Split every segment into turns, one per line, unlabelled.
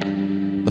The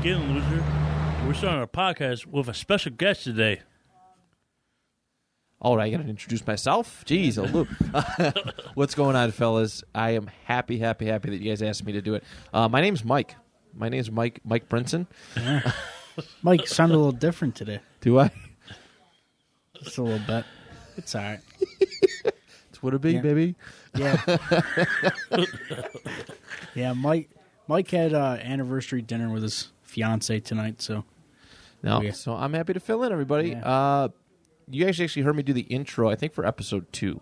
Again, loser, we're starting our podcast with a special guest today.
All right, I got to introduce myself. Jeez, a loop. What's going on, fellas? I am happy, happy, happy that you guys asked me to do it. Uh, my name's Mike. My name's Mike Mike Brinson.
Mike, you sound a little different today.
Do I?
Just a little bit. It's all right.
It's what it be, baby.
Yeah. yeah, Mike Mike had uh anniversary dinner with his fiance tonight, so
No.
Yeah.
Oh, So I'm happy to fill in, everybody.
Yeah.
Uh, you guys actually heard me do the intro, I think, for episode two.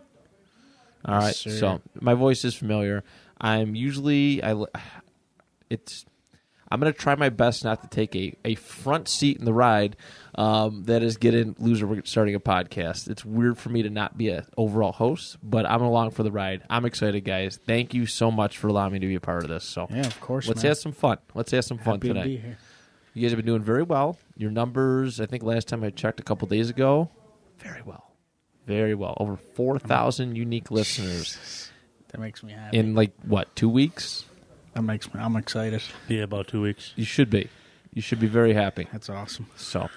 All right.
sir.
So my voice is familiar. I'm usually I. l- It's. I'm gonna try my best not to take a, a front seat in the ride. Um, that is getting loser. We're starting a podcast. It's weird for me to not be a overall host, but I'm along for the ride. I'm excited, guys. Thank you so much for allowing me to be a part of this. So
Yeah, of course,
Let's
man.
have some fun. Let's have some fun
happy
tonight.
to be here.
You guys have been doing very well. Your numbers, I think last time I checked a couple days ago, very well. Very well. Over 4,000 unique listeners
That makes me happy.
in like, what, two weeks?
that makes me I'm excited.
Yeah, about two weeks.
You should be. You should be very happy.
That's awesome.
So,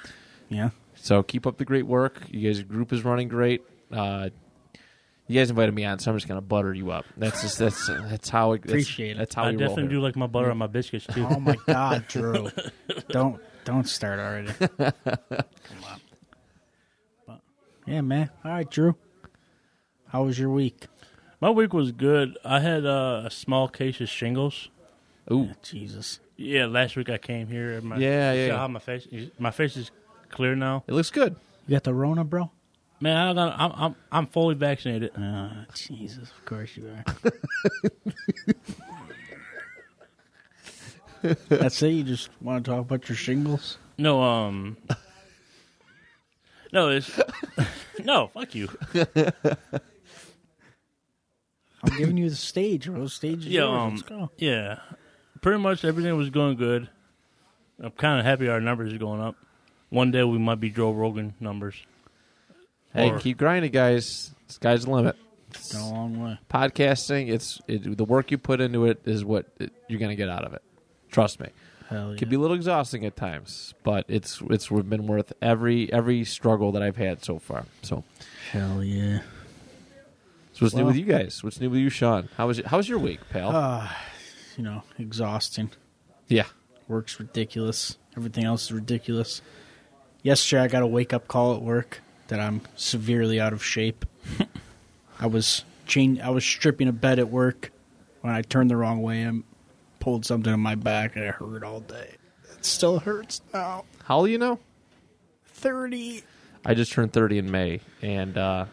Yeah.
so keep up the great work. You guys' group is running great. Uh, you guys invited me on, so I'm just gonna butter you up. That's just that's that's how it, that's-
Appreciate it.
That's how
I
we roll.
definitely do
here.
like my butter on my biscuits too.
Oh my god, Drew. Don't don't start already. Come on. But, yeah, man. All right, Drew. How was your week?
my week was good. I had uh, a small case of shingles.
Ooh,
Jesus.
Yeah, last week I came here. And my,
Yeah, yeah.
see How my face, my face is clear now.
it looks good.
You got the Rona, bro?
Man, I got, I'm, I'm, I'm fully vaccinated.
Oh, Jesus, of course you are. That's it. You just want to talk about your shingles?
No, um, no, it's no. Fuck you.
I'm giving you the stage, bro. The Stage is
Yeah,
yours.
um,
Let's go.
Yeah, pretty much everything was going good. I'm kind of happy our numbers are going up. One day we might be Joe Rogan numbers.
Hey,
Or-
keep grinding, guys. Sky's the limit.
It's been a long way.
podcasting it's it, the work you put into it is what it, you're going to get out of it trust me
Hell yeah.
it can be a little exhausting at times but it's it's been worth every every struggle that i've had so far so,
Hell yeah.
so what's new
Well- Uh,
with you guys what's new with you sean how was it how's your week pal
You know, exhausting.
yeah
Work's ridiculous. Everything else is ridiculous. Yesterday, I got a wake up call at work that I'm severely out of shape. I was chain- I was stripping a bed at work when I turned the wrong way and pulled something in my back, and it hurt all day. It still hurts now.
how old are you know
Thirty.
i just turned 30 in may and uh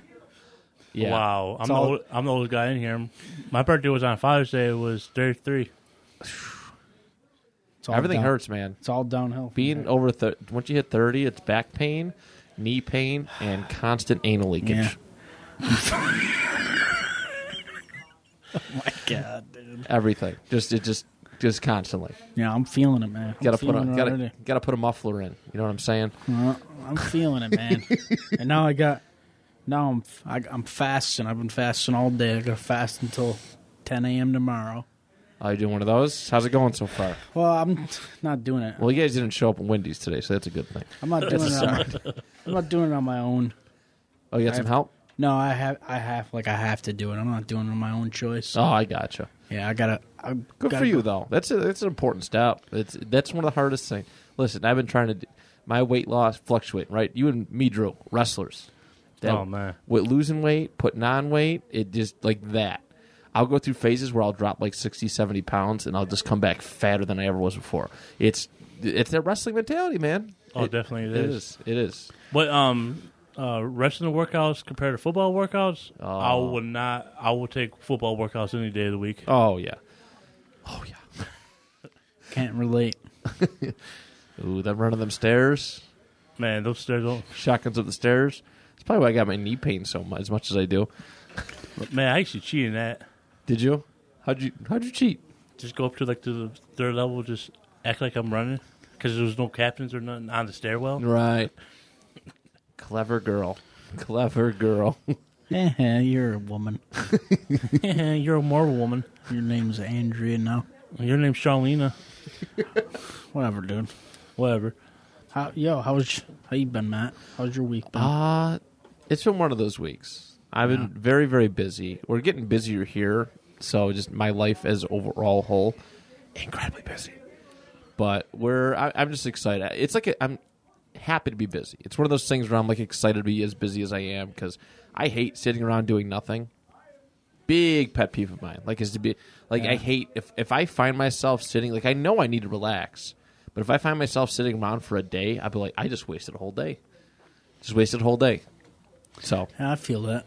yeah
Wow, I'm
It's
the,
all-
old, I'm the oldest guy in here. My birthday was on Father's Day. It was 33.
It's all
everything
down-
hurts man
It's all downhill.
being over thir- once you hit 30 it's back pain knee pain and constant anal leakage
Yeah. my God, dude.
everything just it just just constantly
Yeah, I'm feeling it, man. I'm
Gotta put a
feeling it
gotta,
already.
gotta put a muffler in. You know what I'm saying?
Uh, I'm feeling it, man. and now I got now I'm f- I, I'm fasting. I've been fasting all day. I got to fast until 10 a.m. tomorrow.
Are you doing one of those? How's it going so far?
Well, I'm not doing it.
Well, you guys didn't show up at Wendy's today, so that's a good thing.
I'm not doing it. On my, I'm not doing it on my own.
Oh, you got some help?
No, I have I have like I have to do it. I'm not doing it on my own choice.
Oh, I gotcha.
Yeah, I gotta. I
Good
gotta
for you though. That's a, that's an important step. It's that's one of the hardest things. Listen, I've been trying to. d- My weight loss fluctuate, right? You and me, Drew, wrestlers.
Oh, man.
with losing weight, putting on weight, it just like that. I'll go through phases where I'll drop like 60, 70 pounds, and I'll just come back fatter than I ever was before. It's it's that wrestling mentality, man.
Oh, definitely it
it
is.
is. It is.
But um, uh, wrestling workouts compared to football workouts, I will not. I will take football workouts any day of the week.
Oh yeah, Oh yeah.
Can't relate.
Ooh, them running them stairs,
Man, those stairs don't.
shotguns up the stairs. That's probably why I got my knee pain so much, as much as I do.
Man, I actually cheated in that.
Did you? How'd you? How'd you cheat?
Just go up to like to the third level, just act like I'm running because there was no captains or nothing on the stairwell.
Right. Clever girl. Clever girl.
Eh, you're a woman.
You're a mortal woman.
Your name's Andrea now.
Your name's Charlena.
Whatever, dude.
Whatever.
How, yo, how's how you been, Matt? How's your week been?
Uh it's been one of those weeks. I've been very, very busy. We're getting busier here, so just my life as overall whole, incredibly busy. But we're I, I'm just excited. It's like a, I'm happy to be busy. It's one of those things where I'm like excited to be as busy as I am because I hate sitting around doing nothing. Big pet peeve of mine, like is to be like I hate if if I find myself sitting like I know I need to relax, but if I find myself sitting around for a day, I'd be like I just wasted a whole day just wasted a whole day. So
Yeah, I feel that.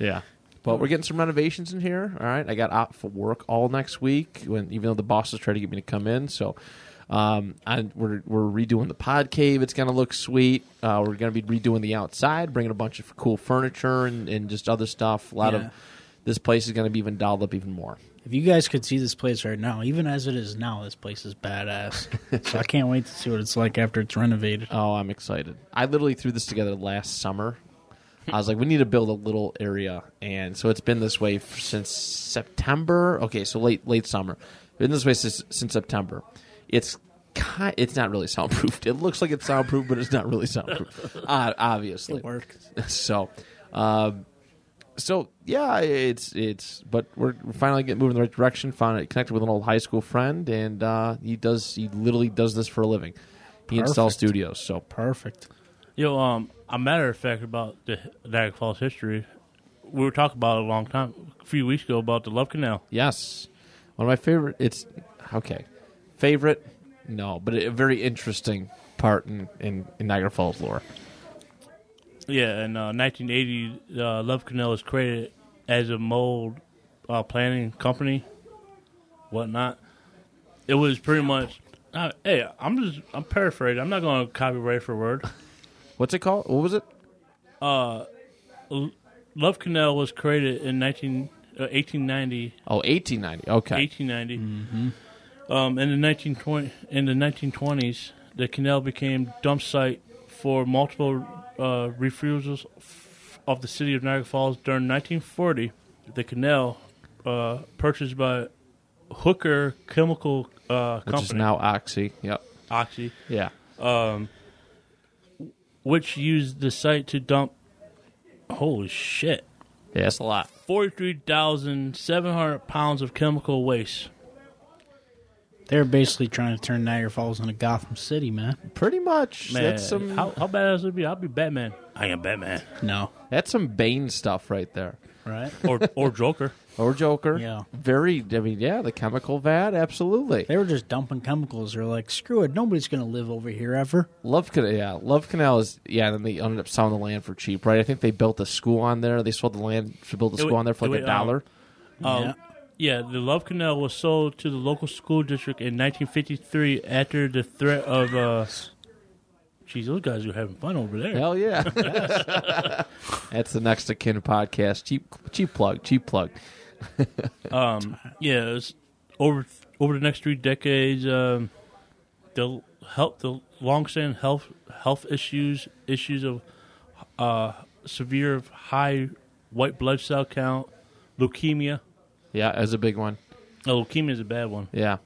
yeah, but we're getting some renovations in here. All right, I got out for work all next week. When even though the bosses try to get me to come in, so um, I, we're we're redoing the pod cave. It's gonna look sweet. Uh, we're gonna be redoing the outside, bringing a bunch of cool furniture and, and just other stuff. A lot
Yeah.
of this place is gonna be even dolled up even more.
If you guys could see this place right now, even as it is now, this place is badass. so I can't wait to see what it's like after it's renovated. Uh,
Oh, I'm excited. I literally threw this together last summer. I was like, we need to build a little area, and so it's been this way f since September. Okay, so late late summer, been this way since, since September. It's ki it's not really soundproofed. It looks like it's soundproof, but it's not really soundproof. Uh, obviously,
It works.
so, um, so yeah, it's it's. But we're we're finally getting moving in the right direction. Found it connected with an old high school friend, and uh, he does he literally does this for a living. He installs
Perfect.
studios. So
Perfect.
Yo, um, a matter of fact about the Niagara Falls history, we were talking about it a long time, a few weeks ago about the Love Canal.
yes, one of my favorite. It's okay, favorite. No, but a very interesting part in, in, in Niagara Falls lore.
Yeah, in uh, 1980, uh, Love Canal was created as a mold uh, planning company, whatnot. It was pretty much. Uh, hey, I'm just I'm paraphrasing. I'm not going to copyright for word.
What's it called? What was it?
Love Canal was created in 19 uh, 1890
Oh, 1890. Okay. Mm-hmm.
1890. Um, in the 1920 in the 1920s, the canal became dump site for multiple uh, refusals f- of the city of Niagara Falls during 1940. The canal, uh, purchased by Hooker Chemical uh,
Which
Company,
is now Oxy. Yep.
Oxy,
Yeah.
which used the site to dump. Holy shit!
Yeah, that's a lot.
43,700 pounds of chemical waste.
They're basically trying to turn Niagara Falls into Gotham City, man.
Pretty much.
Man,
That's some
how, how badass would it be? I'll be Batman. I am Batman.
No,
that's some Bane stuff right there.
right?
or or Joker.
Or Joker.
Yeah.
Very I mean, yeah, the chemical vat, absolutely.
They were just dumping chemicals. They're like, screw it, nobody's gonna live over here ever.
Love Canal, yeah, Love Canal is yeah. Then they ended up selling the land for cheap, right? I think they built a school on there. They sold the land to build a
It
school
wa-
on there for
it
like a
wa- um,
dollar. Oh.
Um, yeah. the Love Canal was sold to the local school district in 1953 after the threat of. Uh, geez, those guys are having fun over there.
Hell yeah! That's the next akin podcast. Cheap, cheap plug, cheap plug.
Um, yeah, it was over over the next three decades, um, the help the long-standing health health issues issues of uh, severe high white blood cell count, leukemia.
Yeah, as a big one.
Oh, leukemia is a bad one.
Yeah,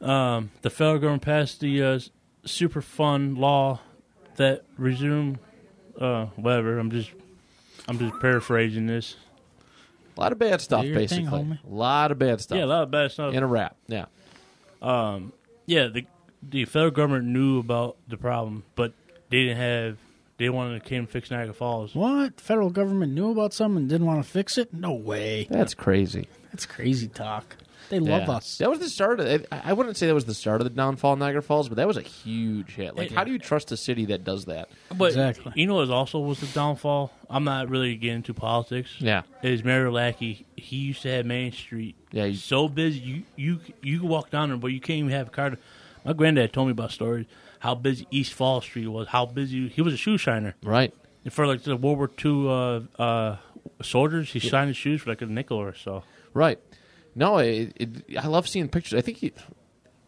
the federal government passed the uh, Superfund law that resumed uh, whatever. I'm just I'm just paraphrasing this.
a lot of bad stuff.
Do your thing,
Basically,
homie.
a lot of bad stuff.
Yeah, a lot of bad stuff.
in a wrap. Yeah,
yeah, the the federal government knew about the problem, but they didn't have. They wanted to came fix Niagara Falls.
What? Federal government knew about something and didn't want to fix it? No way.
that's crazy.
That's crazy talk. They love
Yeah.
us.
That was the start of. I I wouldn't say that was the start of the downfall of Niagara Falls, but that was a huge hit. Like,
It-
how do you trust a city that does that?
But
Exactly.
you know what also was the downfall? I'm not really getting into politics.
Yeah.
Is Mayor Lackey, he used to have Main Street
Yeah, he-
so busy. You you you could walk down there, but you can't even have a car. to- My granddad told me about stories how busy East Fall Street was, how busy he was a shoe shiner.
Right.
And for like the World War II uh, uh, soldiers, he shined his shoes for like a nickel or so.
Right. No, it, it, I love seeing pictures. I think you,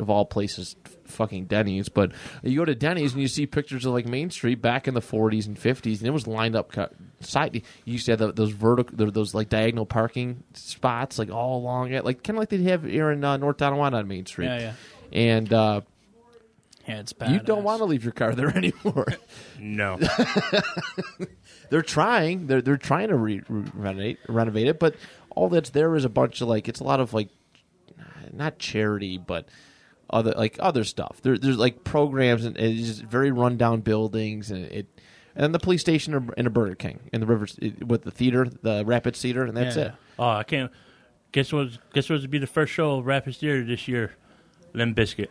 of all places, f- fucking Denny's. But you go to Denny's and you see pictures of like Main Street back in the '40s and '50s, and it was lined up co- side. You used to have the, those vertical, those like diagonal parking spots, like all along it, like kind of like they have here in uh, North Tonawanda on Main Street.
Yeah, yeah.
And uh,
Yeah, it's bad.
you don't want to leave your car there anymore.
No.
they're trying. They're they're trying to re- re- renovate renovate it, but all that's there is a bunch of like it's a lot of like not charity, but other like other stuff. There, there's like programs and it's just very rundown buildings and it. And then the police station and- and a Burger King in the river it- with the theater, the Rapids Theater, and that's
Yeah.
it.
oh, I can't. Guess what? Guess what's to be the first show of Rapid Theater this year? Limb Biscuit.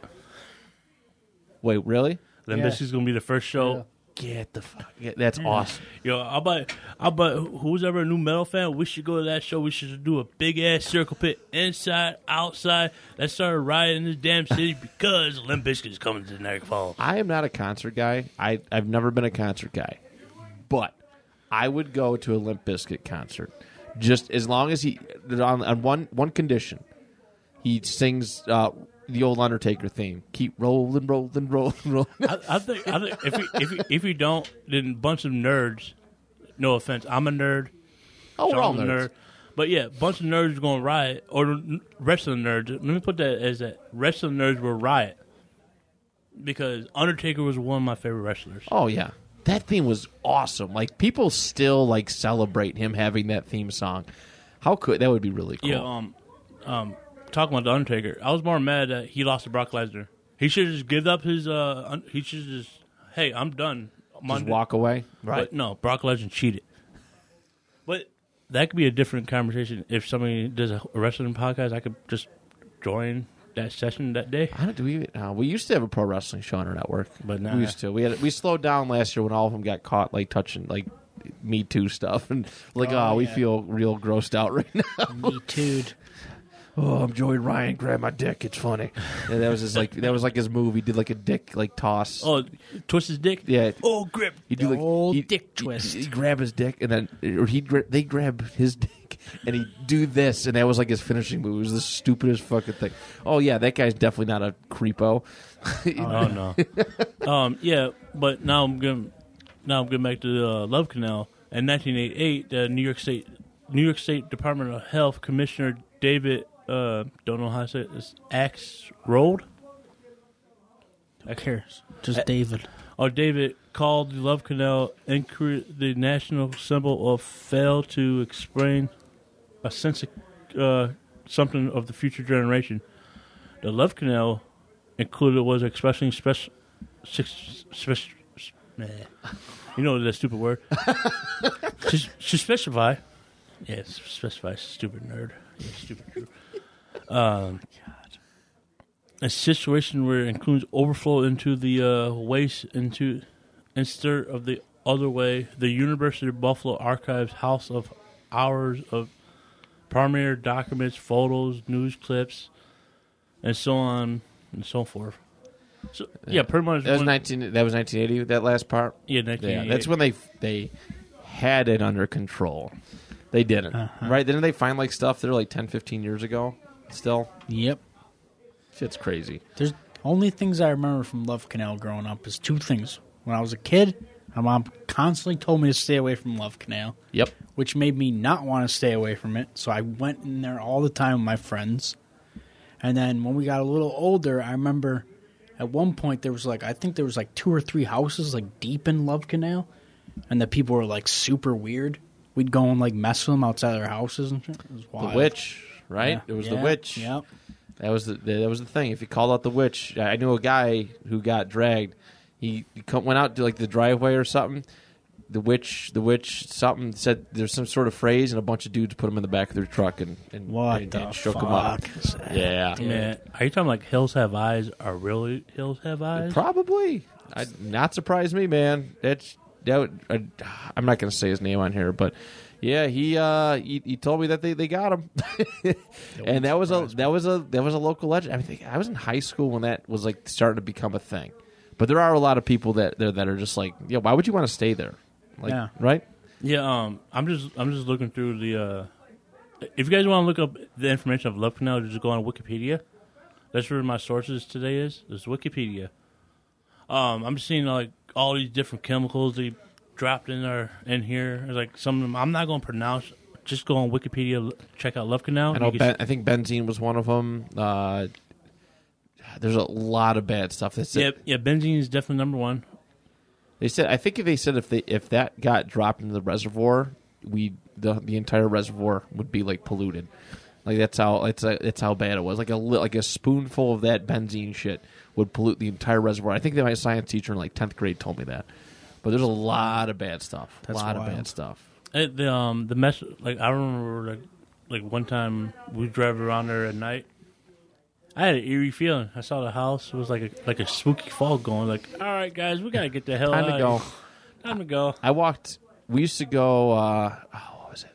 Wait, really?
Limb
Yeah.
Biscuit's gonna be the first show.
Get the fuck. yeah, that's awesome.
Yo, I bet, I bet who's ever a new metal fan, we should go to that show. We should do a big ass circle pit inside, outside. Let's start a riot in this damn city because Limp Bizkit's coming to Niagara Falls.
I am not a concert guy. I I've never been a concert guy, but I would go to a Limp Bizkit concert just as long as he on, on one one condition. He sings uh, the old Undertaker theme. Keep rolling, rolling, rolling, rolling.
I, I think, I think if, you, if, you, if you don't, then a bunch of nerds. No offense, I'm a nerd.
Oh, we're all
Sean's a
nerds.
nerd. But yeah, bunch of nerds going to riot, or n- wrestling nerds. Let me put that as that wrestling nerds will riot because Undertaker was one of my favorite wrestlers.
Oh yeah, that theme was awesome. Like people still like celebrate him having that theme song. How could that would be really cool?
Yeah, um, um, talking about the Undertaker, I was more mad that he lost to Brock Lesnar. He should just give up his. Uh, un- he should just. Hey, I'm done.
Just
Monday-
walk away.
But no, Brock Lesnar cheated. But that could be a different conversation if somebody does a wrestling podcast. I could just join that session that day.
I don't do we even, uh, we used to have a pro wrestling show on our network,
But nah.
we used to. We had we slowed down last year when all of them got caught like touching like Me Too stuff and like oh,
Oh,
we
yeah.
feel real grossed out right now.
Me too.
oh, I'm Joey Ryan, grab my dick, it's funny. Yeah, that was his like that was like his move. He did like a dick like toss.
Oh, twist his dick.
Yeah.
Oh, grip.
He'd do
The
like
old
he'd-
dick
he'd-
twist.
He'd, grab his dick and then, or he'd gra- they grab his dick and he'd do this, and that was like his finishing move. It was the stupidest fucking thing. Oh yeah, that guy's definitely not a creepo.
Oh no. um, yeah, but now I'm going. Now I'm going back to uh, Love Canal. In 1988, the New York State New York State Department of Health Commissioner David uh, don't know how to say it, this Axe Rolled
Who cares? Just David.
or David called the Love Canal inquiry the national symbol of fail to explain a sense of uh, something of the future generation. The Love Canal included was expressing special, six, spec- s- meh. you know that stupid word. to, to specify, yeah, s- specify, stupid nerd, Yeah, stupid. Nerd. Um, a situation where it includes overflow into the uh, waste into instead of the other way. The University of Buffalo Archives house of hours of primary documents, photos, news clips, and so on and so forth. So yeah, pretty much.
That was
one-
nineteen. That was nineteen eighty. That last part.
yeah, 1988.
Yeah, that's when they they had it under control. They didn't,
Uh-huh.
right? Didn't they find like stuff that are like 10, 15 years ago? Still,
Yep.
shit's crazy.
There's only things I remember from Love Canal growing up is two things. When I was a kid, my mom constantly told me to stay away from Love Canal,
Yep.
which made me not want to stay away from it. So I went in there all the time with my friends. And then when we got a little older, I remember at one point there was like I think there was like two or three houses like deep in Love Canal, and the people were like super weird. We'd go and like mess with them outside their houses and shit. It was
The
wild.
witch, right? It was the
Yeah.
witch.
Yep.
That was the that was the thing. If you called out the witch, I knew a guy who got dragged. He co- went out to like the driveway or something. the witch, the witch, something said there's some sort of phrase, and a bunch of dudes put him in the back of their truck and and,
What
and,
the
and shook him up.
fuck is that?
Yeah,
Man, are you talking like Hills Have Eyes are really Hills Have Eyes?
probably. I, not surprise me, man. That's that. Would, I, I'm not going to say his name on here, but yeah, he uh he, he told me that they, they got him, and that was a that was a that was a local legend. I think I was in high school when that was like starting to become a thing. But there are a lot of people that that, that are just like, yeah, why would you want to stay there? Like,
Yeah.
right?
yeah, um I'm just I'm just looking through the uh if you guys want to look up the information of Love Canal, just go on Wikipedia. That's where my sources today is. Is Wikipedia. Um I'm seeing like all these different chemicals they dropped in there in here. There's like some of them I'm not going to pronounce just go on Wikipedia, l- check out Love Canal.
I
and
know.
you
Ben,
can
I think benzene was one of them. Uh, there's a lot of bad stuff. That's
see- yeah, yeah, benzene is definitely number one.
They said I think if they said if they if that got dropped into the reservoir, we the the entire reservoir would be like polluted. Like that's how it's uh that's how bad it was. Like a li- like a spoonful of that benzene shit would pollute the entire reservoir. I think that my science teacher in like tenth grade told me that. But there's a lot of bad stuff. A
That's
lot of
wild.
bad stuff.
Uh, the um the mess like I remember like like one time we drive around there at night. I had an eerie feeling. I saw the house it was like a like a spooky fog going. Like, all right, guys, we gotta get the hell
Time to
out.
go.
Time to go.
I walked. We used to go. Uh, oh, what was it?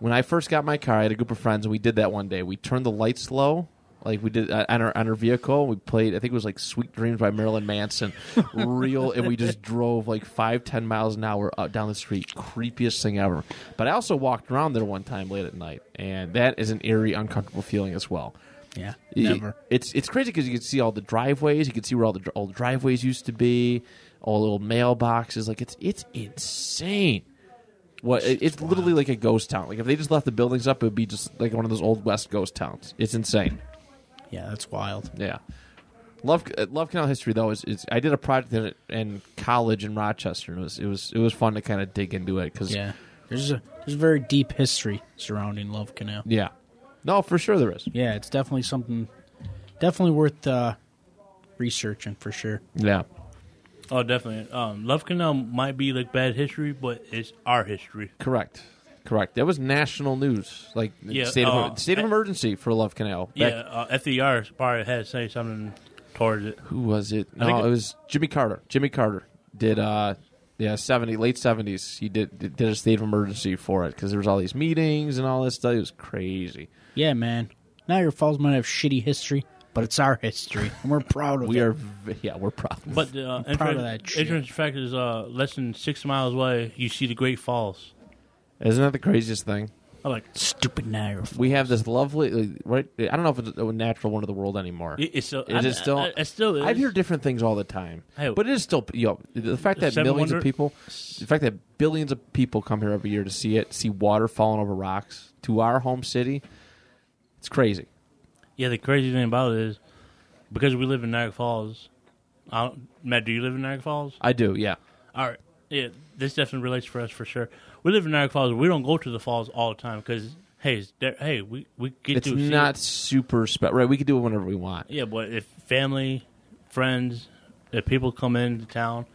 When I first got my car, I had a group of friends, and we did that one day. We turned the lights low, like we did uh, on our on our vehicle. We played. I think it was like "Sweet Dreams" by Marilyn Manson, real, and we just drove like five ten miles an hour up down the street. Creepiest thing ever. But I also walked around there one time late at night, and that is an eerie, uncomfortable feeling as well.
Yeah,
Y-
never.
It's it's crazy because you can see all the driveways. You can see where all the dr- all the driveways used to be, all the old mailboxes. Like it's it's insane. What it- it's literally like a ghost town. Like if they just left the buildings up, it would be just like one of those old west ghost towns. It's insane.
Yeah, that's wild.
Yeah. Love uh, Love Canal history though is, is I did a project in, it in college in Rochester and it was it was it was fun to kind of dig into it because
Yeah, there's a there's a very deep history surrounding Love Canal.
yeah no for sure there is
Yeah, it's definitely something, definitely worth uh, researching for sure.
yeah
Oh, definitely. Um, Love Canal might be like bad history, but it's our history.
Correct. Correct. That was national news, like
Yeah,
state of
uh,
state of
I-
emergency for Love Canal. Back-
yeah, uh, FER probably had to say something towards it.
Who was it?
think
No,
it-
it was Jimmy Carter. Jimmy Carter did, uh, yeah, seventy late seventies. He did did did a state of emergency for it because there was all these meetings and all this stuff. It was crazy.
Yeah, man. Niagara Falls might have shitty history, but it's our history, and we're proud of
We
it.
are, v- yeah, we're proud.
But the uh,
proud of
interesting,
that shit.
interesting fact is, uh, less than six miles away, you see the Great Falls.
isn't that the craziest thing?
I'm like,
Stupid Niagara Falls.
We have this lovely, like, right? I don't know if it's a natural one of the world anymore.
it- it's still.
Is
I-
it still?
I, I still is.
I've heard different things all the time,
Hey.
but it is still. You know, the fact that
Seven
millions
wonder-
of people, the fact that billions of people come here every year to see it, see water falling over rocks to our home city, it's crazy.
Yeah, the crazy thing about it is because we live in Niagara Falls. I don't, Matt, do you live in Niagara Falls?
I do, yeah.
All right. Yeah, this definitely relates for us for sure. We live in Niagara Falls. We don't go to the falls all the time because hey, it's there, hey, we we get
It's
to see
not
it.
super special, right? We could do it whenever we want.
Yeah, but if family, friends, if people come into town,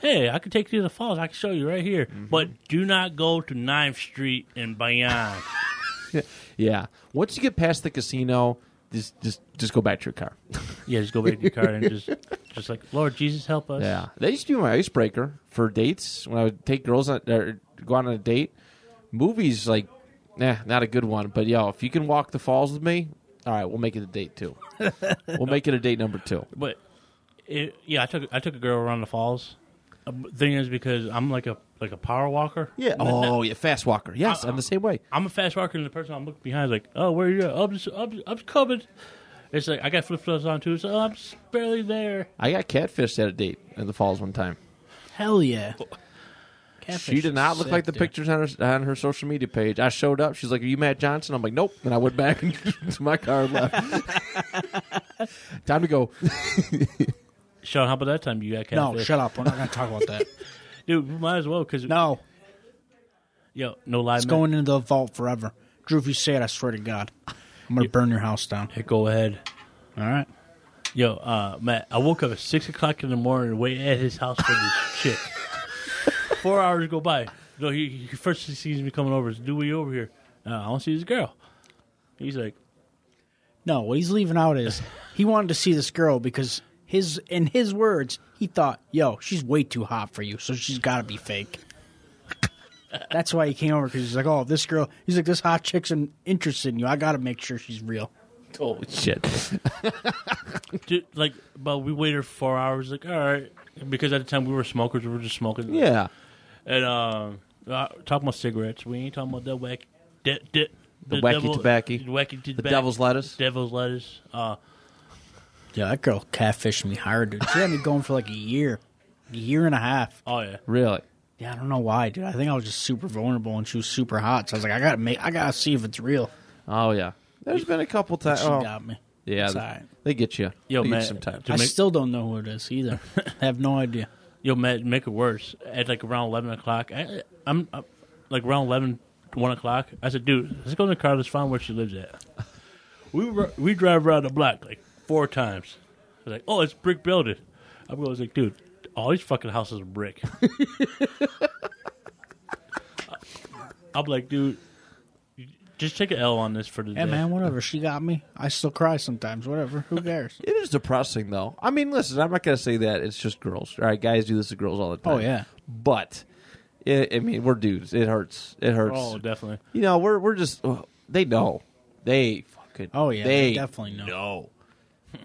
hey, I can take you to the falls. I can show you right here.
Mm-hmm.
But do not go to 9th Street and beyond.
Yeah. Once you get past the casino, just just just go back to your car.
yeah, just go back to your car and just just like Lord Jesus help us.
Yeah, that used to be my icebreaker for dates when I would take girls on, or go on a date. Movies like, nah, not a good one. But yo, if you can walk the falls with me, all right, we'll make it a date two. we'll make it a date number two.
But it, yeah, I took I took a girl around the falls. Uh, but Thing is, because I'm like a like a power walker.
Oh yeah, fast walker. Yes, I'm the same way.
I'm a fast walker, and the person I'm looking behind is like, "Oh, where are you? at? I'm just, I'm, I'm coming." It's like I got flip flops on too, so I'm just barely there.
I got catfished at a date in the falls one time.
Hell yeah.
Oh. she did not look like the
picture.
pictures on her on her social media page. I showed up. She's like, "Are you Matt Johnson?" I'm like, "Nope." And I went back to my car and left. Time to go.
Sean, how about that time you got
No,
catfish?
shut up. We're not going to talk about that.
dude. We might as well because
No,
yo, no lie,
it's
man.
going into the vault forever. Drew, if you say it, I swear to God, I'm going to burn your house down.
Hey, go ahead.
All right.
Yo, uh, Matt, I woke up at six o'clock in the morning, waiting at his house for this chick. Four hours go by. So he, he first he sees me coming over. Is Dewey over here? Uh, I want to see this girl. He's like,
No, what he's leaving out is he wanted to see this girl because his in his words, he thought, "Yo, she's way too hot for you, so she's got to be fake." That's why he came over because he's like, "Oh, this girl." He's like, "This hot chick's in- interested in you. I got to make sure she's real."
Holy shit!
Dude, like, but we waited four hours. Like, all right, because at the time we were smokers, we were just smoking.
Yeah,
and um, uh, talking about cigarettes. We ain't talking about that wacky, de- de-
The wacky tobacco.
the wacky tobacco,
devil's lettuce.
devil's lettuce. Uh,
Yeah, that girl catfished me hard, dude. She had me going for like a year, a year and a half.
oh yeah,
really.
Yeah, I don't know why, dude. I think I was just super vulnerable and she was super hot. So I was like, I gotta make, I gotta see if it's real.
Oh yeah. There's been a couple times.
She
Oh,
got me.
yeah,
It's
they,
all right.
they get you.
Yo,
they get
man,
you sometimes.
to
I
make-
still don't know who it is either. I have no idea.
yo, Matt, make it worse. At like around eleven o'clock, I, I'm uh, like around 11, 1 o'clock. I said, dude, let's go in the car. Let's find where she lives at. We ri- we drive around the block like four times. I was like, oh, it's brick building. I'm always like, dude, all these fucking houses are brick. I'm like, dude, just take an L on this for the
Yeah,
day.
man, whatever. She got me. I still cry sometimes. Whatever. Who cares?
It is depressing, though. I mean, listen, I'm not going to say that it's just girls. All right, guys do this to girls all the time.
Oh, yeah.
but it, I mean, we're dudes. It hurts. It hurts.
Oh, definitely.
you know, we're we're just oh, they know. They fucking
Oh, yeah, they definitely know.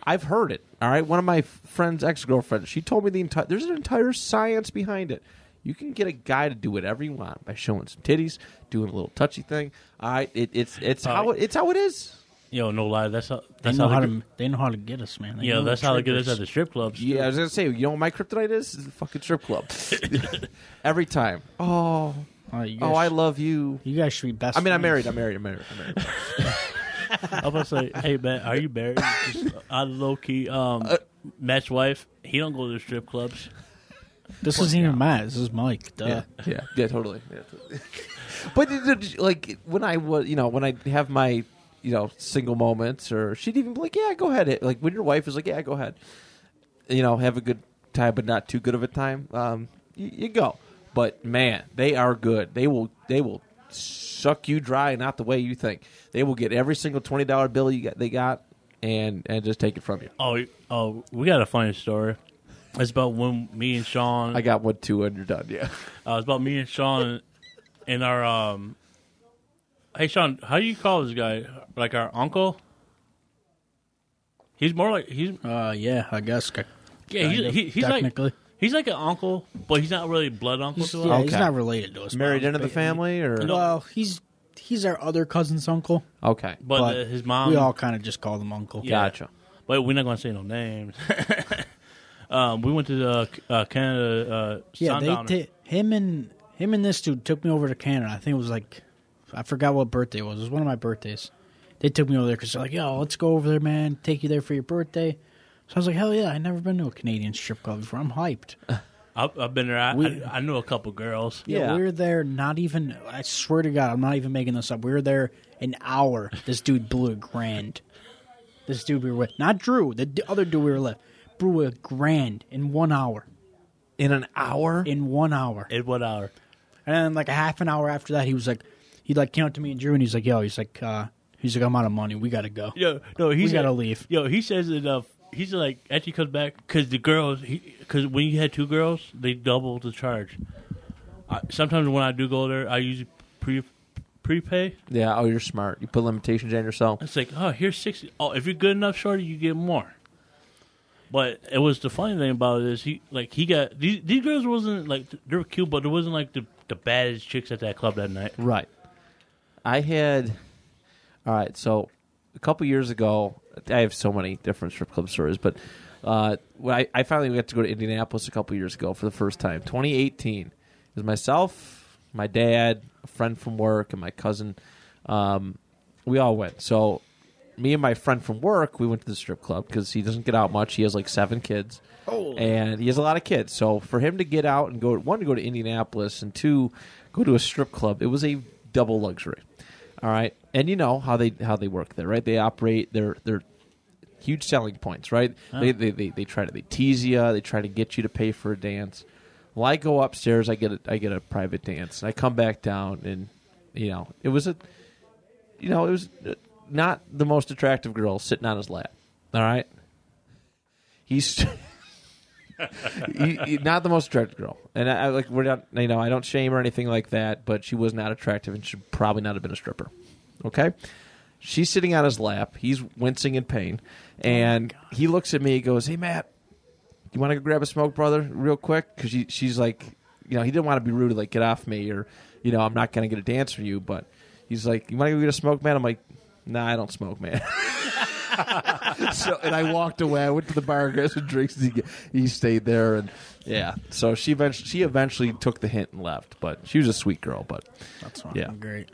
I've heard it. All right, one of my friend's ex girlfriends. She told me the entire. There's an entire science behind it. You can get a guy to do whatever you want by showing some titties, doing a little touchy thing. All right, it, it's it's how it, it's how it is.
Yo, no lie, that's how
They
that's
know
how
how
they
to. They know how to get us, man. They
Yeah,
know
that's
the
how they get us at
triggers.
the strip clubs.
Yeah, I was gonna say, you know what my kryptonite is? It's the fucking strip club. Every time. Oh,
Oh, you guys,
oh, I love you.
You guys should be best.
I mean, I'm
friends.
married. I'm married. I'm married. I'm married.
I was gonna say, hey man, are you married? Just, uh, low key, um,
Uh,
Matt's wife. He don't go to the strip clubs.
This isn't even Matt. This is Mike. Duh.
yeah, Uh, yeah, yeah, totally. Yeah, totally. but it- it- like when I was, you know, when I have my, you know, single moments, or she'd even be like, "Yeah, go ahead." It- Like when your wife is like, "Yeah, go ahead," you know, have a good time, but not too good of a time. Um, you, you go. But man, they are good. They will. They will suck you dry, not the way you think. They will get every single twenty dollar bill you got, they got, and and just take it from you.
Oh, you- oh, we got a funny story. It's about when me and Sean.
I got one too, and you're done. Yeah.
Uh, it's about me and Sean and our. um Hey Sean, how do you call this guy? Like our uncle? He's more like he's
Uh, yeah. I guess. c-
yeah
kind
he's
of,
he, he's
technically.
like he's like an uncle, but he's not really blood uncle
He's,
to
yeah,
us.
he's
Okay.
not related to us.
Married
Mom's
into the
big-
family, or
Well, he's he's our other cousin's uncle,
okay,
But,
but
uh, his mom.
we all kind of just call him uncle.
Yeah.
gotcha.
But we're not going to say no names. um, we went to the uh, Canada uh,
Yeah,
Sundowner.
they t- him and him and this dude took me over to Canada. I think it was like I forgot what birthday it was. It was one of my birthdays. They took me over there because they're like, "Yo, let's go over there, man. Take you there for your birthday." So I was like, "Hell yeah! I never been to a Canadian strip club before. I'm hyped."
I've, I've been there. I,
We-
I, I knew a couple girls.
Yeah.
we were there. Not even. I swear to God, I'm not even making this up. We were there an hour. This dude blew a grand. This dude we were with, not Drew, the d- other dude we were with, blew a grand in one hour.
In an hour?
In one hour.
In what hour?
And then like a half an hour after that, he was like, he like came up to me and Drew, and he's like, "Yo," he's like, uh, he's like, "I'm out of money. We gotta go."
Yo, no, he's
gotta leave.
Yo, he says it. Uh, he's like actually comes back because the girls. Because when you had two girls, they double the charge. I, sometimes when I do go there, I usually pre prepay.
Yeah. Oh, you're smart. You put limitations on yourself.
It's like, oh, here's sixty. Oh, if you're good enough, shorty, you get more. But it was the funny thing about it is he like he got these these girls wasn't like they were cute, but there wasn't like the the baddest chicks at that club that night.
Right. I had. All right. So a couple years ago, I have so many different strip club stories, but uh, when I, I finally got to go to Indianapolis a couple years ago for the first time, 2018. It was myself, my dad, a friend from work, and my cousin. Um, we all went. So me and my friend from work, we went to the strip club because he doesn't get out much. He has like seven kids, and he has a lot of kids. So for him to get out and go, one to go to Indianapolis, and two, go to a strip club, it was a double luxury. All right, and you know how they how they work there, right? They operate their their huge selling points, right? They, they, they they try to they tease you, they try to get you to pay for a dance. Well, I go upstairs. I get a, I get a private dance. I come back down, and you know, it was a, you know, it was uh, not the most attractive girl sitting on his lap. All right, he's he, he- not the most attractive girl, and I, I like we're not, you know, I don't shame her or anything like that, but she was not attractive and should probably not have been a stripper. Okay, she's sitting on his lap. He's wincing in pain, and he looks at me. He goes, "Hey, Matt." you want to go grab a smoke, brother, real quick? Because she, she's like, you know, he didn't want to be rude, like, get off me, or, you know, I'm not going to get a dance from you. But he's like, you want to go get a smoke, man? I'm like, nah, I don't smoke, man. so and I walked away. I went to the bar, grabbed some drinks. And he, he stayed there, and yeah. So she eventually she eventually took the hint and left. But she was a sweet girl. But
That's
Yeah.
fucking great.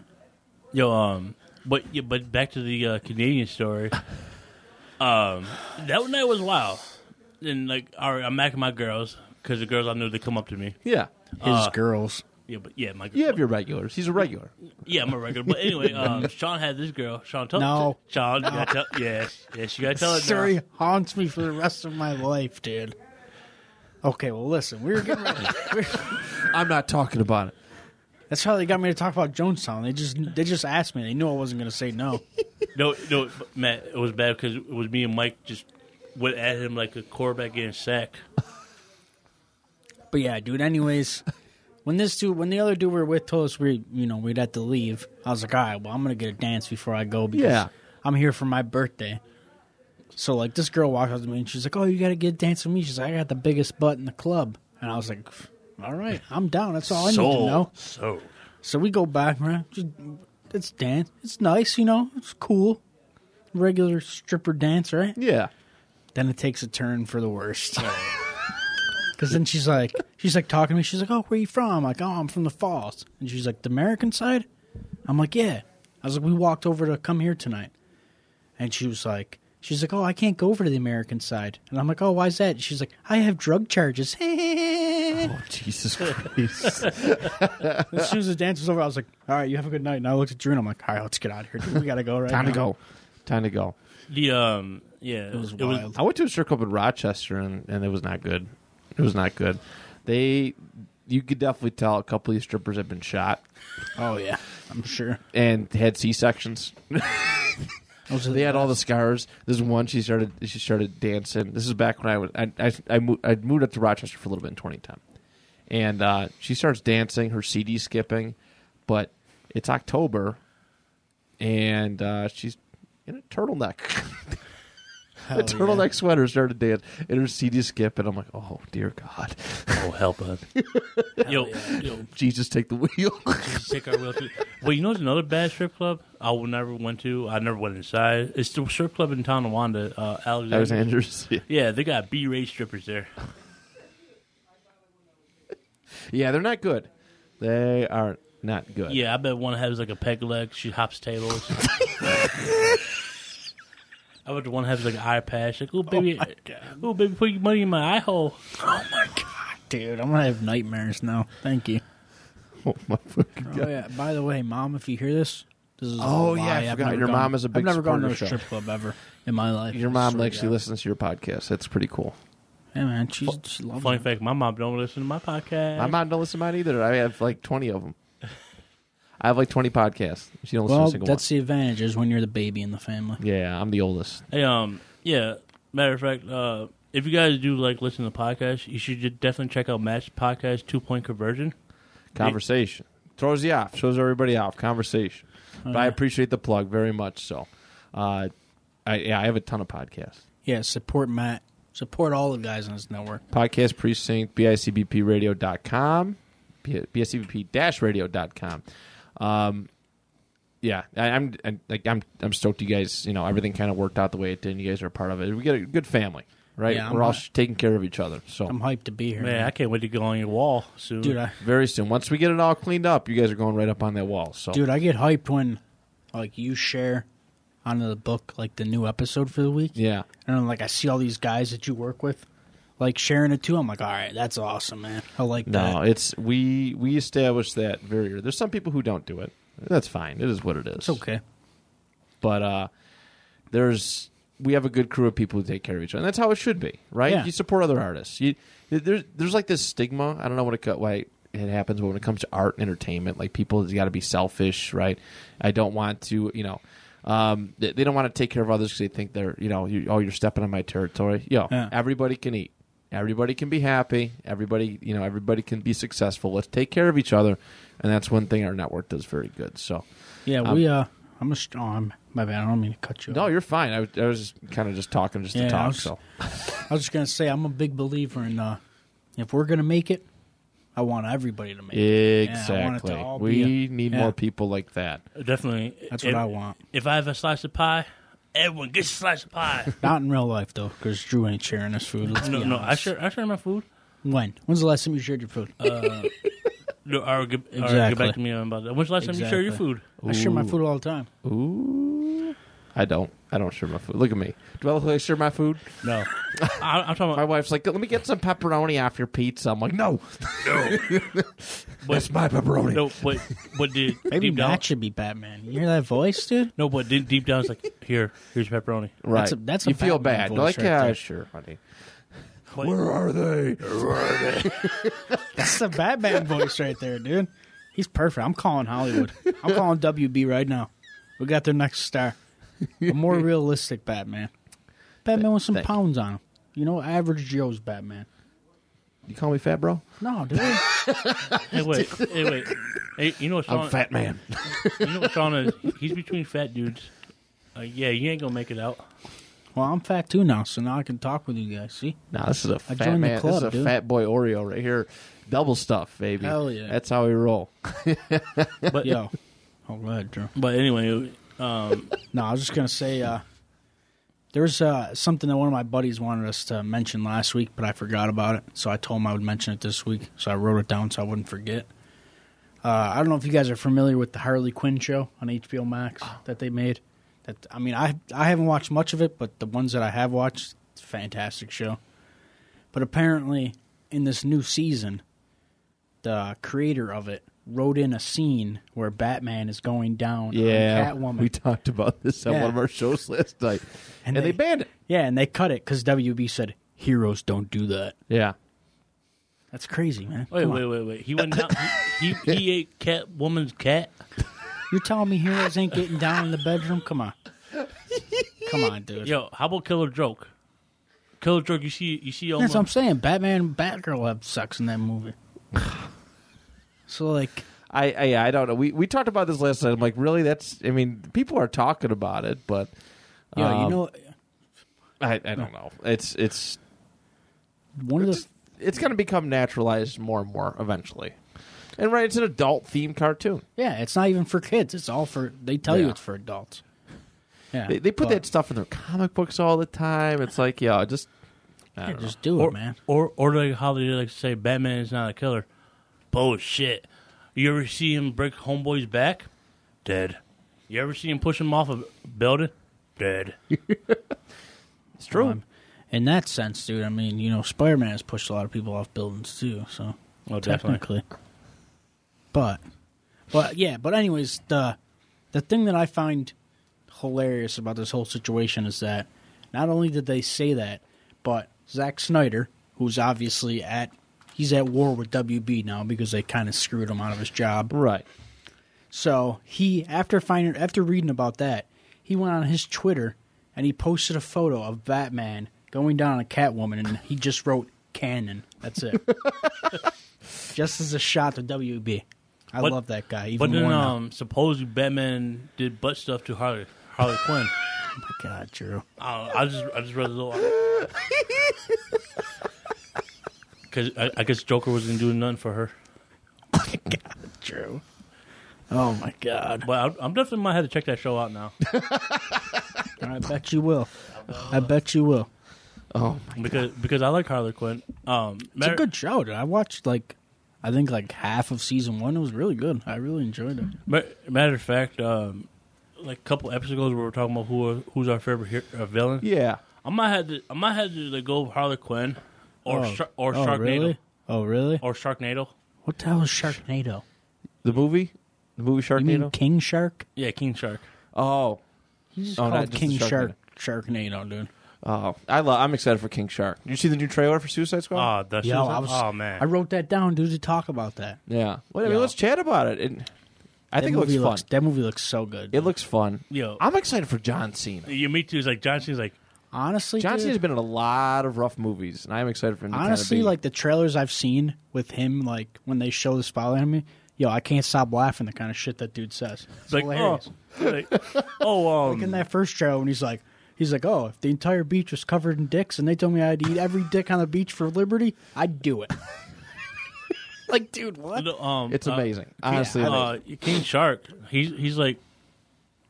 Yo, um, but yeah, but back to the uh, Canadian story. um, that night was wild, and like, all right, I'm back at my girls because the girls I knew they come up to me.
yeah,
His girls.
Yeah, but yeah, my
you have your regulars. He's a regular.
yeah, I'm a regular. But anyway, um, Sean had this girl. Sean, tell
No.
Sean, you gotta tell, yes, yes, you gotta tell it. now.
Story haunts me for the rest of my life, dude. Okay, well, listen, we were getting ready. we were-
I'm not talking about it.
That's how they got me to talk about Jonestown. They just they just asked me. They knew I wasn't going to say no.
No, no, but Matt, it was bad because it was me and Mike just went at him like a quarterback getting sacked.
But yeah, dude. Anyways, when this dude, when the other dude we were with told us we, you know, we'd have to leave, I was like, all right, well, I'm gonna get a dance before I go because
Yeah.
I'm here for my birthday. So like, this girl walked up to me and she's like, oh, you gotta get a dance with me. She's like, I got the biggest butt in the club, and I was like, all right, I'm down. That's all Oh, I need to know.
so
So we go back, man. Just, it's dance. It's nice, you know. It's cool. Regular stripper dance, right?
Yeah,
then it takes a turn for the worst. Because then she's like, she's like talking to me. She's like, "Oh, where you from?" I'm like, "Oh, I'm from the Falls." And she's like, "The American side?" I'm like, "Yeah." I was like, "We walked over to come here tonight," and she was like, "She's like, oh, I can't go over to the American side," and I'm like, "Oh, why's that?" And she's like, "I have drug charges."
Oh, Jesus Christ.
as soon as the dance was over, I was like, "All right, you have a good night." And I looked at Drew and I'm like, "All right, let's get out of here. dude. We gotta go right
Time to
now."
go. Time to go.
the um, yeah, it
was wild.
I went to a strip club in Rochester, and, and it was not good. It was not good. They, you could definitely tell a couple of these strippers had been shot
Oh yeah, I'm sure.
and had C sections.
I was like,
They had all the scars. This one, she started, she started dancing. This is back when I was, I, I, I, moved, I moved up to Rochester for a little bit in 2010, and uh, she starts dancing. Her CD skipping, but it's October, and uh, she's in a turtleneck.
hell
a turtleneck sweater started dance and her CD skip and I'm like, oh dear God,
Oh, help us. yo, yo,
Jesus take the wheel.
just take our wheel through. Well, you know, it's another bad strip club I will never went to. I never went inside. It's the strip club in Tonawanda, uh, Alexander.
Alexander's,
Yeah, they got B-rate strippers there.
yeah, they're not good. They are not good.
Yeah, I bet one has like a peg leg. She hops tables. I bet the one has like an eye patch. Like, oh baby, oh baby, put your money in my eye hole.
dude, I'm gonna have nightmares now. Thank you.
Oh my fucking
Oh yeah. By the way, mom, if you hear this, this is
Oh,
a lie.
yeah, I
I've
forgot.
never
Your
gone-
mom is a big
I've never gone to a
supporter of the
strip club ever in my life.
Your mom
Swear to
actually
God.
listens to your podcast. That's pretty cool.
Yeah, man, she's, she loves
Funny
it.
fact, my mom don't listen to my podcast.
My mom don't listen to mine either. I have like 20 of them. I have like 20 podcasts. She don't listen to
Well,
a single
that's the advantage is when you're the baby in the family.
one. Yeah, I'm the oldest.
Hey, um, yeah. Matter of fact, uh, if you guys do like listen to podcasts, you should ju- definitely check out Matt's podcast, Two Point Conversion.
Conversation throws you off, shows everybody off. Conversation, but I appreciate the plug very much. So, uh, I, yeah, I have a ton of podcasts.
Yeah, support Matt. Support all the guys in his network.
podcast precinct bicbpradio.com bicbp radio.com um yeah I, i'm I'm- like i'm i'm stoked you guys you know everything kind of worked out the way it did and you guys are a part of it we got a good family right
Yeah, I'm
we're all
not-
sh taking care of each other so
I'm hyped to be here,
Man, I
man.
can't wait to go on your wall soon.
dude. I,
very soon once we get it all cleaned up you guys are going right up on that wall so
dude, I get hyped when like you share onto the book like the new episode for the week.
yeah
And I'm like, I see all these guys that you work with, like sharing it too. I'm like, all right, that's awesome, man. I like that.
no it's we we established that very early. there's some people who don't do it that's fine it is what it is
It's okay.
but uh, there's we have a good crew of people who take care of each other. And that's how it should be, right?
Yeah.
You support other artists. You there's there's like this stigma. I don't know what it co- why it happens, but when it comes to art and entertainment, like people has got to be selfish, right? I don't want to, you know. Um, they, they don't want to take care of others because they think they're, you know, you, oh, you're stepping on my territory. Yo,
Yeah.
everybody can eat, everybody can be happy, everybody, you know, everybody can be successful. Let's take care of each other, and that's one thing our network does very good. So,
Yeah,
Um,
we. Uh, I'm a. St- oh, I'm, my bad. I don't mean to cut you.
no,
off.
you're fine. I, was- I was kind of just talking just
Yeah, I
to talk.
was-
so
I was just gonna say I'm a big believer in. Uh, if we're gonna make it, I want everybody to make it. Yeah, I want it to
Exactly.
all be
we
a-
need
yeah,
more people like that.
Definitely.
That's
if,
what I want.
If I have a slice of pie, everyone gets a slice of pie.
Not in real life though, because Drew ain't sharing his food. Let's
no,
be
no, I
honest.
share, I share my food.
When? When's the last time you shared your food?
Uh, No, all right, get, all right, get
Exactly.
back to me about that. When's the last time you share your
Exactly.
food?
I share my
Ooh.
food all the time.
Ooh. I don't. I don't share my food. Look at me. Do I look like I share my food?
No, I, I'm talking
My
about.
wife's like, let me get some pepperoni off your pizza. I'm like, no. That's my pepperoni.
No, but but did
Maybe
deep down?
Matt should be Batman. You hear that voice, dude?
No, but did, deep down, it's like here, here's your pepperoni.
Right.
That's a- that's a
you feel
Batman
bad. You're
voice
like,
right
yeah,
there."
sure, honey.
But-
are they?
That's the Batman voice right there, dude. He's perfect. I'm calling Hollywood. I'm calling WB right now. We got their next star. A more realistic Batman. Batman with some
Thank you.
pounds on him. You know, average Joe's Batman.
You call me fat, bro?
No, dude.
Hey wait, hey wait. Hey, you know what Sean?
I'm fat man.
You know what Sean is? He's between fat dudes. Uh, yeah, you ain't gonna make it out.
well, I'm fat too now, so now I can talk with you guys. See?
Nah, this is a fat
joined the
man. this is
club,
a
dude.
fat boy Oreo right here. Double stuff, baby.
Hell yeah.
That's how we roll.
But
Yo. Oh, go ahead, Drew.
but anyway, um,
No, I was just gonna say uh, there's uh, something that one of my buddies wanted us to mention last week, but I forgot about it. So I told him I would mention it this week. So I wrote it down so I wouldn't forget. Uh, I don't know if you guys are familiar with the Harley Quinn show on HBO Max that they made. That I mean, I I haven't watched much of it, but the ones that I have watched, it's a fantastic show. But apparently, in this new season, the creator of it wrote in a scene where Batman is going down
Yeah.
on Catwoman.
We talked about this on
Yeah.
one of our shows last night.
And
And, they,
they-
banned it.
Yeah, and they cut it because WB said heroes don't do that.
Yeah.
That's crazy, man.
wait,
Come
wait,
on.
wait, wait. He went down. He, he, he ate cat woman's cat.
You're telling me heroes ain't getting down in the bedroom? Come on, come on, dude.
Yo, how about Killer Joke? Killer Joke, you see, you see,
That's what I'm
almost,
saying. Batman, and Batgirl have sex in that movie. so like,
I, I I don't know. We we talked about this last night. I'm like, really? That's I mean, people are talking about it, but
yo, you
um,
know,
I, I don't know. It's it's
one of the
it's, it's going to become naturalized more and more eventually. And right, it's an adult themed cartoon.
yeah, it's not even for kids. It's all for they tell you
Yeah.
it's for adults. Yeah,
They, they put
but-
that stuff in their comic books all the time. It's like, yeah, just
Yeah, just do
or,
it, man.
or or like how they like to say Batman is not a killer. Bullshit. You ever see him break homeboy's back? Dead. You ever see him push him off a building? Dead.
it's true.
Um, in that sense, dude. I mean, you know, Spider Man has pushed a lot of people off buildings too. So,
Oh,
technically. But, but yeah. But anyways, the the thing that I find hilarious about this whole situation is that not only did they say that, but Zack Snyder, who's obviously at he's at war with WB now because they kind of screwed him out of his job.
right.
So he, after finding, after reading about that, he went on his Twitter and he posted a photo of Batman going down on a Catwoman, and he just wrote "canon." That's it. just as a shot to WB. I
But-
love that guy. Even
But
more
then,
now.
um, supposedly Batman did butt stuff to Harley Harley Quinn.
My God, Drew.
I, I just I just read a little. Because I, I guess Joker wasn't doing none for her.
Drew. Oh my God.
But I, I'm definitely might have to check that show out now
I bet you will. I bet you will.
Oh, my-
because because I like Harley Quinn. Um,
It's
matter-
a good show, dude. I watched like, I think like half of season one. It was really good. I really enjoyed it.
Ma- Matter of fact, um, like a couple episodes ago, we were talking about who are, who's our favorite hero, uh, villain.
yeah.
I might have to I might have to like, go with Harley Quinn or
oh.
Shar- or
oh,
Sharknado
Really? Oh really?
or Sharknado.
What the hell is Sharknado?
The movie, the movie
You mean
Sharknado.
King Shark?
Yeah, King Shark.
oh,
It's
Oh, not
called
just
King
the
Shark Sharknado, dude.
Oh, I love. I'm excited for King Shark. Did you see the new trailer for Suicide Squad?
Oh, that's
Yeah, I was-
oh man.
I wrote that down, dude, to talk about that.
yeah. Well, I mean,
Yeah.
let's chat about it. It- I
That
think it looks
movie
fun.
That movie looks so good.
it looks fun.
Yo.
I'm excited for John Cena.
you me too. Is like John Cena's like
honestly,
John
dude,
Cena's been in a lot of rough movies, and I'm excited for him. To
honestly,
kind of be,
like the trailers I've seen with him, like when they show the spotlight on me, yo, I can't stop laughing. The kind of shit that dude says. It's
it's like
hilarious.
oh, like, oh um,
Like in that first trailer when he's like, he's like, oh, if the entire beach was covered in dicks and they told me I had to eat every dick on the beach for liberty, I'd do it. like, dude, what?
no, um,
it's
uh,
amazing. honestly, amazing.
Uh, King Shark. He's he's like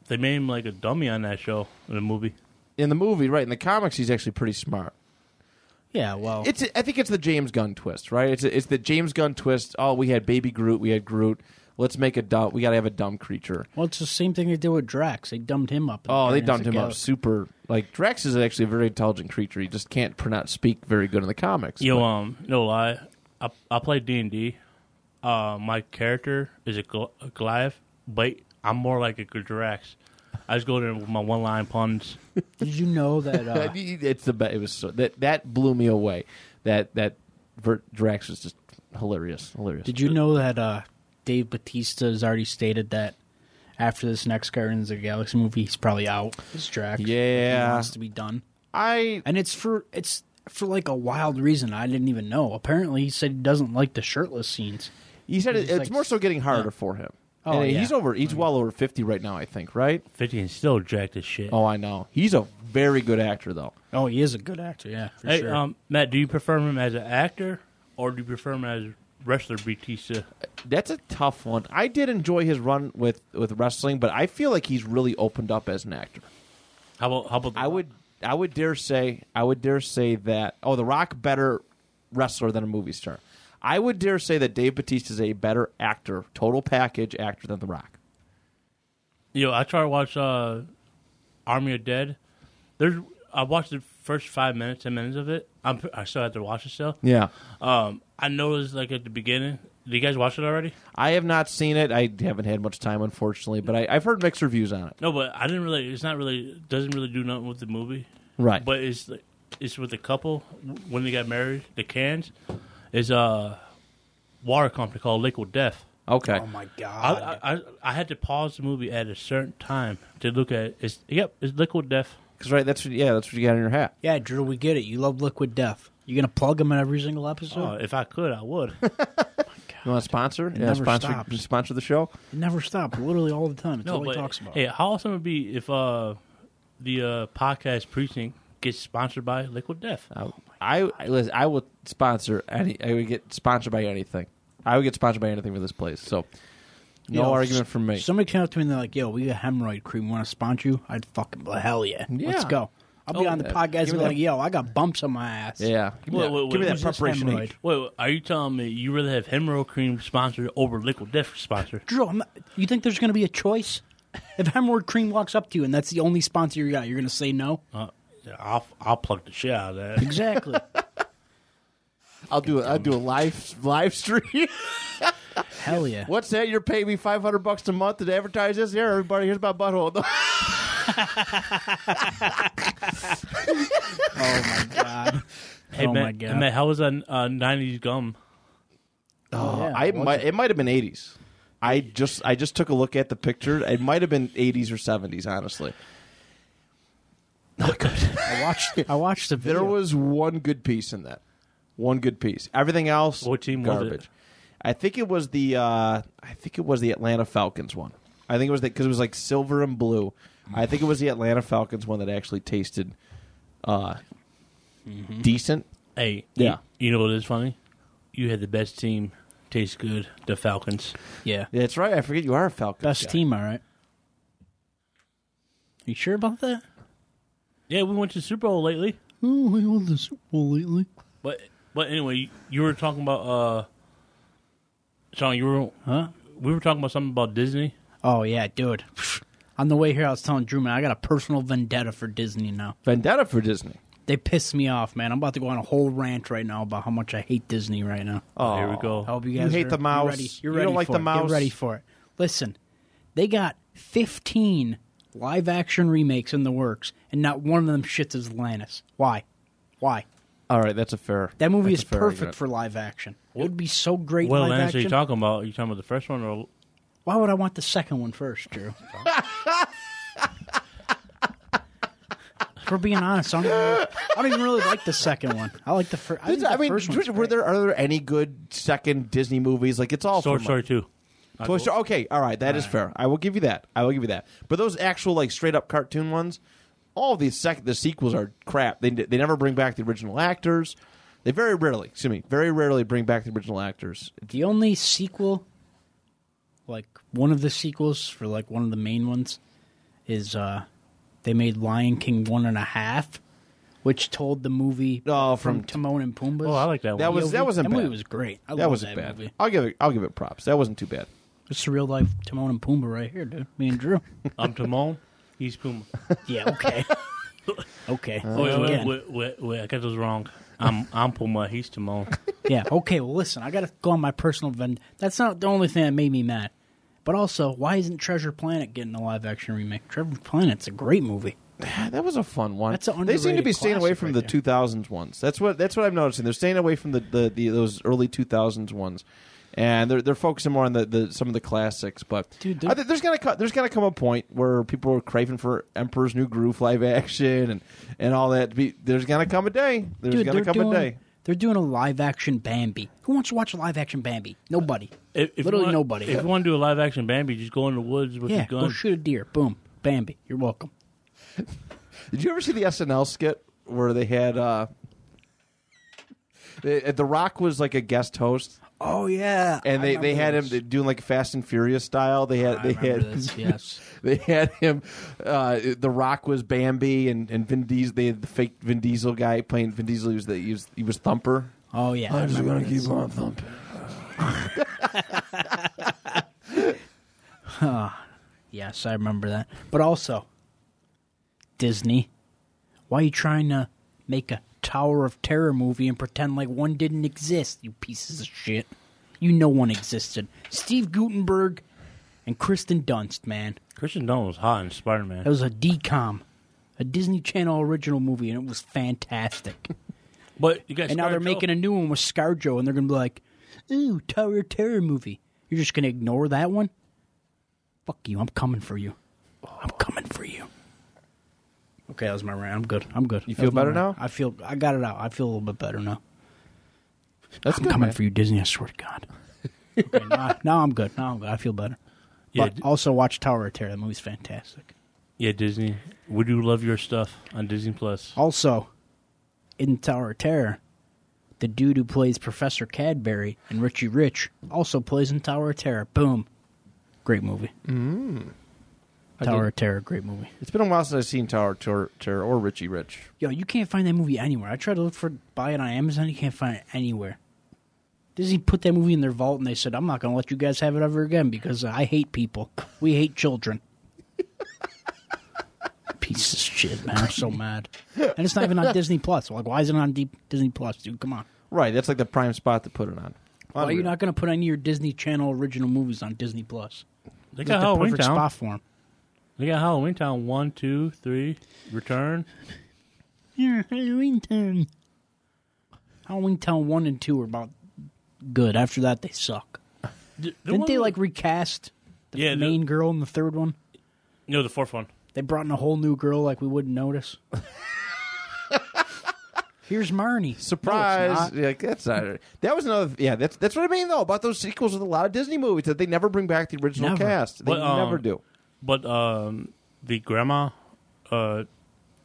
they made him like a dummy on that show in the movie.
in the movie, right? In the comics, he's actually pretty smart.
Yeah, well,
It's I think it's the James Gunn twist, right? It's it's the James Gunn twist. Oh, we had Baby Groot, we had Groot. Let's make a dumb. We got to have a dumb creature.
well, it's the same thing they did with Drax. They dumbed him up. in
Oh, they
Guardians of
dumped him
the
up
Galaxy.
super. Like Drax is actually a very intelligent creature. He just can't pronounce speak very good in the comics.
Yo,
but-
um, no lie, I I play D and D. Uh, my character is a, Gl- a Goliath, but I'm more like a Drax. I just go there with my one line puns.
Did you know that? Uh,
it's the best. It was so, that that blew me away. That that Ver- Drax was just hilarious. Hilarious.
did you know that uh, Dave Batista has already stated that after this next Guardians of the Galaxy movie, he's probably out. It's Drax.
Yeah.
he wants to be done.
I
and it's for it's for like a wild reason I didn't even know. Apparently, he said he doesn't like the shirtless scenes.
he said it,
He's
it's
like-
more so getting harder for him.
Oh,
And
yeah.
he's over. He's well over fifty right now. I think. Right.
Fifty and still jacked as shit.
Oh, I know. He's a very good actor, though.
Oh, he is a good actor. Yeah, for
hey,
sure.
um, Matt, do you prefer him as an actor or do you prefer him as wrestler Batista?
That's a tough one. I did enjoy his run with with wrestling, but I feel like he's really opened up as an actor.
How about how about
I would I would dare say I would dare say that oh the Rock better wrestler than a movie star. I would dare say that Dave Bautista is a better actor, total package actor than the Rock.
Yo, I tried to watch uh, Army of Dead. There's I watched the first five minutes, ten minutes of it. I'm pr- I still have to watch it still.
Yeah.
Um, I noticed like at the beginning. Did you guys watch it already?
I have not seen it. I haven't had much time, unfortunately, but I, I've heard mixed reviews on it.
No, but I didn't really. It's not really. it Doesn't really do nothing with the movie.
Right.
But it's like- it's with the couple when they got married. The cans is a water company called Liquid Death.
Okay.
oh my
I,
god,
I I- I had to pause the movie at a certain time to look at it. It's, yep, it's Liquid Death.
Because right, that's what, yeah, that's what you got in your hat.
yeah, Drew, we get it. You love Liquid Death. You gonna plug him in every single episode?
Oh, if I could, I would.
You want to sponsor? Yeah,
never
sponsor
stops.
sponsor the show.
It never stops. Literally all the time. It's all he talks about.
hey, how awesome it would be if uh, the uh, podcast precinct gets sponsored by Liquid Death?
Oh
I, I, I listen, I would sponsor any. I would get sponsored by anything. I would get sponsored by anything for this place. So,
You
no
know,
argument
s-
from me.
Somebody came up to me and they're like, "Yo, we got hemorrhoid cream. Want to sponsor you?" I'd fucking be like, hell yeah. Let's
Yeah.
go. I'll be
Oh,
on the
yeah.
podcast
Give
and
me
be
that-
like, "Yo, I got bumps on my ass."
yeah, give me
Wait,
that,
wait,
give me
wait,
that
who's
this
preparation
hemorrhoid?
age.
Wait, wait, are you telling me you rather have hemorrhoid cream sponsored over Liquid Death sponsor?
Drew, I'm not, you think there's going to be a choice? If Hemorrhoid Cream walks up to you and that's the only sponsor you got, you're going to say no?
Uh, yeah, I'll I'll plug the shit out of that.
Exactly.
I'll do. A, I'll do a live live stream.
Hell yeah.
What's that? You're paying me five hundred bucks a month to advertise this? Here, everybody, here's my butthole.
Oh my god.
hey,
oh
man,
my god.
hey, man, how was that uh, '90s gum?
Oh,
yeah,
I
it was
might. It might have been eighties. I just. I just took a look at the picture. It might have been eighties or seventies. Honestly, not good.
I watched I watched the video.
There was one good piece in that. One good piece. Everything else
What team was
garbage.
it?
I think it was the uh, I think it was the Atlanta Falcons one. I think it was because it was like silver and blue. I think it was the Atlanta Falcons one that actually tasted uh,
Mm-hmm.
decent.
Hey, you-
Yeah.
you, know what is funny? You had the best team. Tastes good. The Falcons.
yeah.
That's right. I forget you are a Falcons.
Best
guy.
team, all right. You sure about that?
Yeah, we went to the Super Bowl lately.
Oh, we won the Super Bowl lately.
But but anyway, you, you were talking about uh, Sean. You were
Huh?
we were talking about something about Disney.
Oh yeah, dude. On the way here, I was telling Drew, man, I got a personal vendetta for Disney now.
Vendetta for Disney.
They pissed me off, man. I'm about to go on a whole rant right now about how much I hate Disney right now.
Oh,
here we go.
I hope you
You
guys
hate
are-
the mouse.
You're ready. You're
You
ready
don't like
for
the
it.
mouse.
Get ready for it. Listen, they got 15 live action remakes in the works, and not one of them shits is Lannis. Why? Why?
All right, that's a fair.
That movie
that's
is
a fair
perfect
argument.
for live action. It would be so great
Well,
live
Lance, are you
action.
talking about? Are you talking about the first one or
Why would I want the second one first, Drew? If we're being honest, I'm, I don't even really like the second one. I like the, fir- I think the
I mean,
first. one's
were
great.
there are there any good second Disney movies? Like it's all
Sword
from-
Story Two?
Toy Story. Okay, all right, that is fair. I will give you that. I will give you that. But those actual like straight up cartoon ones, all these sec- the sequels are crap. They they never bring back the original actors. They very rarely, excuse me, very rarely bring back the original actors.
The only sequel, like one of the sequels for like one of the main ones, is uh they made Lion King one and a half, which told the movie
Oh, from-
Timon and Pumbaa.
Oh, I like that one.
That was
movie.
that wasn't
that
bad.
movie was great. I
that
love
wasn't
that
bad.
movie.
I'll give it. I'll give it props. That wasn't too bad.
It's the real life Timon and Pumbaa right here, dude. Me and Drew.
I'm Timon. He's Puma.
yeah. Okay. okay.
Wait,
Again.
wait, Oh, wait, wait, wait, I got those wrong. I'm I'm Puma. He's Timon.
yeah. Okay. Well, listen, I got to go on my personal vend. That's not the only thing that made me mad. But also, why isn't Treasure Planet getting a live action remake? Treasure Planet's a great movie.
Ah, That was a fun one.
That's an
they seem to be
underrated
staying away
classic
from
right
the
there.
two thousands ones. That's what that's what I'm noticing. They're staying away from the, the, the those early two thousands ones, and they're they're focusing more on the, the some of the classics. But
Dude,
I think there's gonna co- there's gonna come a point where people are craving for Emperor's New Groove live action and and all that. Be, there's gonna come a day. There's
Dude,
gonna
they're
come
doing,
a day.
They're doing a live action Bambi. Who wants to watch a live action Bambi? Nobody.
If, if you
Literally
want-
nobody.
If you want to do a live action Bambi, just go in the woods with
yeah,
your gun.
go shoot a deer. Boom, Bambi. You're welcome.
Did you ever see the SNL skit where they had uh, the, the Rock was like a guest host?
Oh yeah.
and they, they had him doing like Fast and Furious style. They had they had
yes.
they had him. Uh, the Rock was Bambi, and and Vin Diesel. They had the fake Vin Diesel guy playing Vin Diesel. He was the, he was, he was Thumper.
Oh yeah. I remember this.
on thumping.
Yes, I remember that. But also, Disney, why are you trying to make a Tower of Terror movie and pretend like one didn't exist? You pieces of shit. You know one existed. Steve Gutenberg and Kristen Dunst, man.
Christian Dunn was hot in Spider Man.
It was a DCOM, a Disney Channel original movie, and it was fantastic.
But you got
and now they're making a new one with ScarJo, and they're going to be like, ooh, Tower of Terror movie. You're just going to ignore that one? Fuck you. I'm coming for you. I'm coming for you. Okay, that was my rant. I'm good. I'm good.
You
That
feel
was my
better
rant.
now?
I feel. I got it out. I feel a little bit better now.
That's
I'm
good,
coming
man.
for you, Disney. I swear to God. okay, now, now I'm good. Now I'm good. I feel better.
yeah,
but also watch Tower of Terror. The movie's fantastic.
yeah, Disney. We do love your stuff on Disney Plus.
Also, in Tower of Terror, the dude who plays Professor Cadbury and Richie Rich also plays in Tower of Terror. Boom. Great movie.
Mm, I
Tower
did-
of Terror, great movie.
It's been a while since I've seen Tower of Terror, Terror or Richie Rich.
Yo, you can't find that movie anywhere. I tried to look for buy it on Amazon, you can't find it anywhere. Disney put that movie in their vault and they said, I'm not gonna let you guys have it ever again because I hate people. We hate children. Piece of shit, man. I'm so mad. And it's not even on Disney Plus. Like, why is it on D- Disney Plus, dude? Come on.
Right, that's like the prime spot to put it on.
Why are you
Unreal.
not going to put any of your Disney Channel original movies on Disney Plus?
They
It's like
got
the
Halloween
perfect
Town.
spot for 'em.
They got Halloween Town one, two, three. Return.
Yeah, Halloween Town. Halloween Town one and two are about good. After that, they suck.
D- the
Didn't
one-
they like recast the
Yeah, the-
main girl in the third one?
No, the fourth one.
They brought in a whole new girl, like we wouldn't notice. Here's Marnie. No, it's
Surprise!
not.
yeah, that's not, that was another. Yeah, that's that's what I mean though about those sequels with a lot of Disney movies that they never bring back the original
Never.
cast. They
But, um,
never do.
But um, the grandma, uh,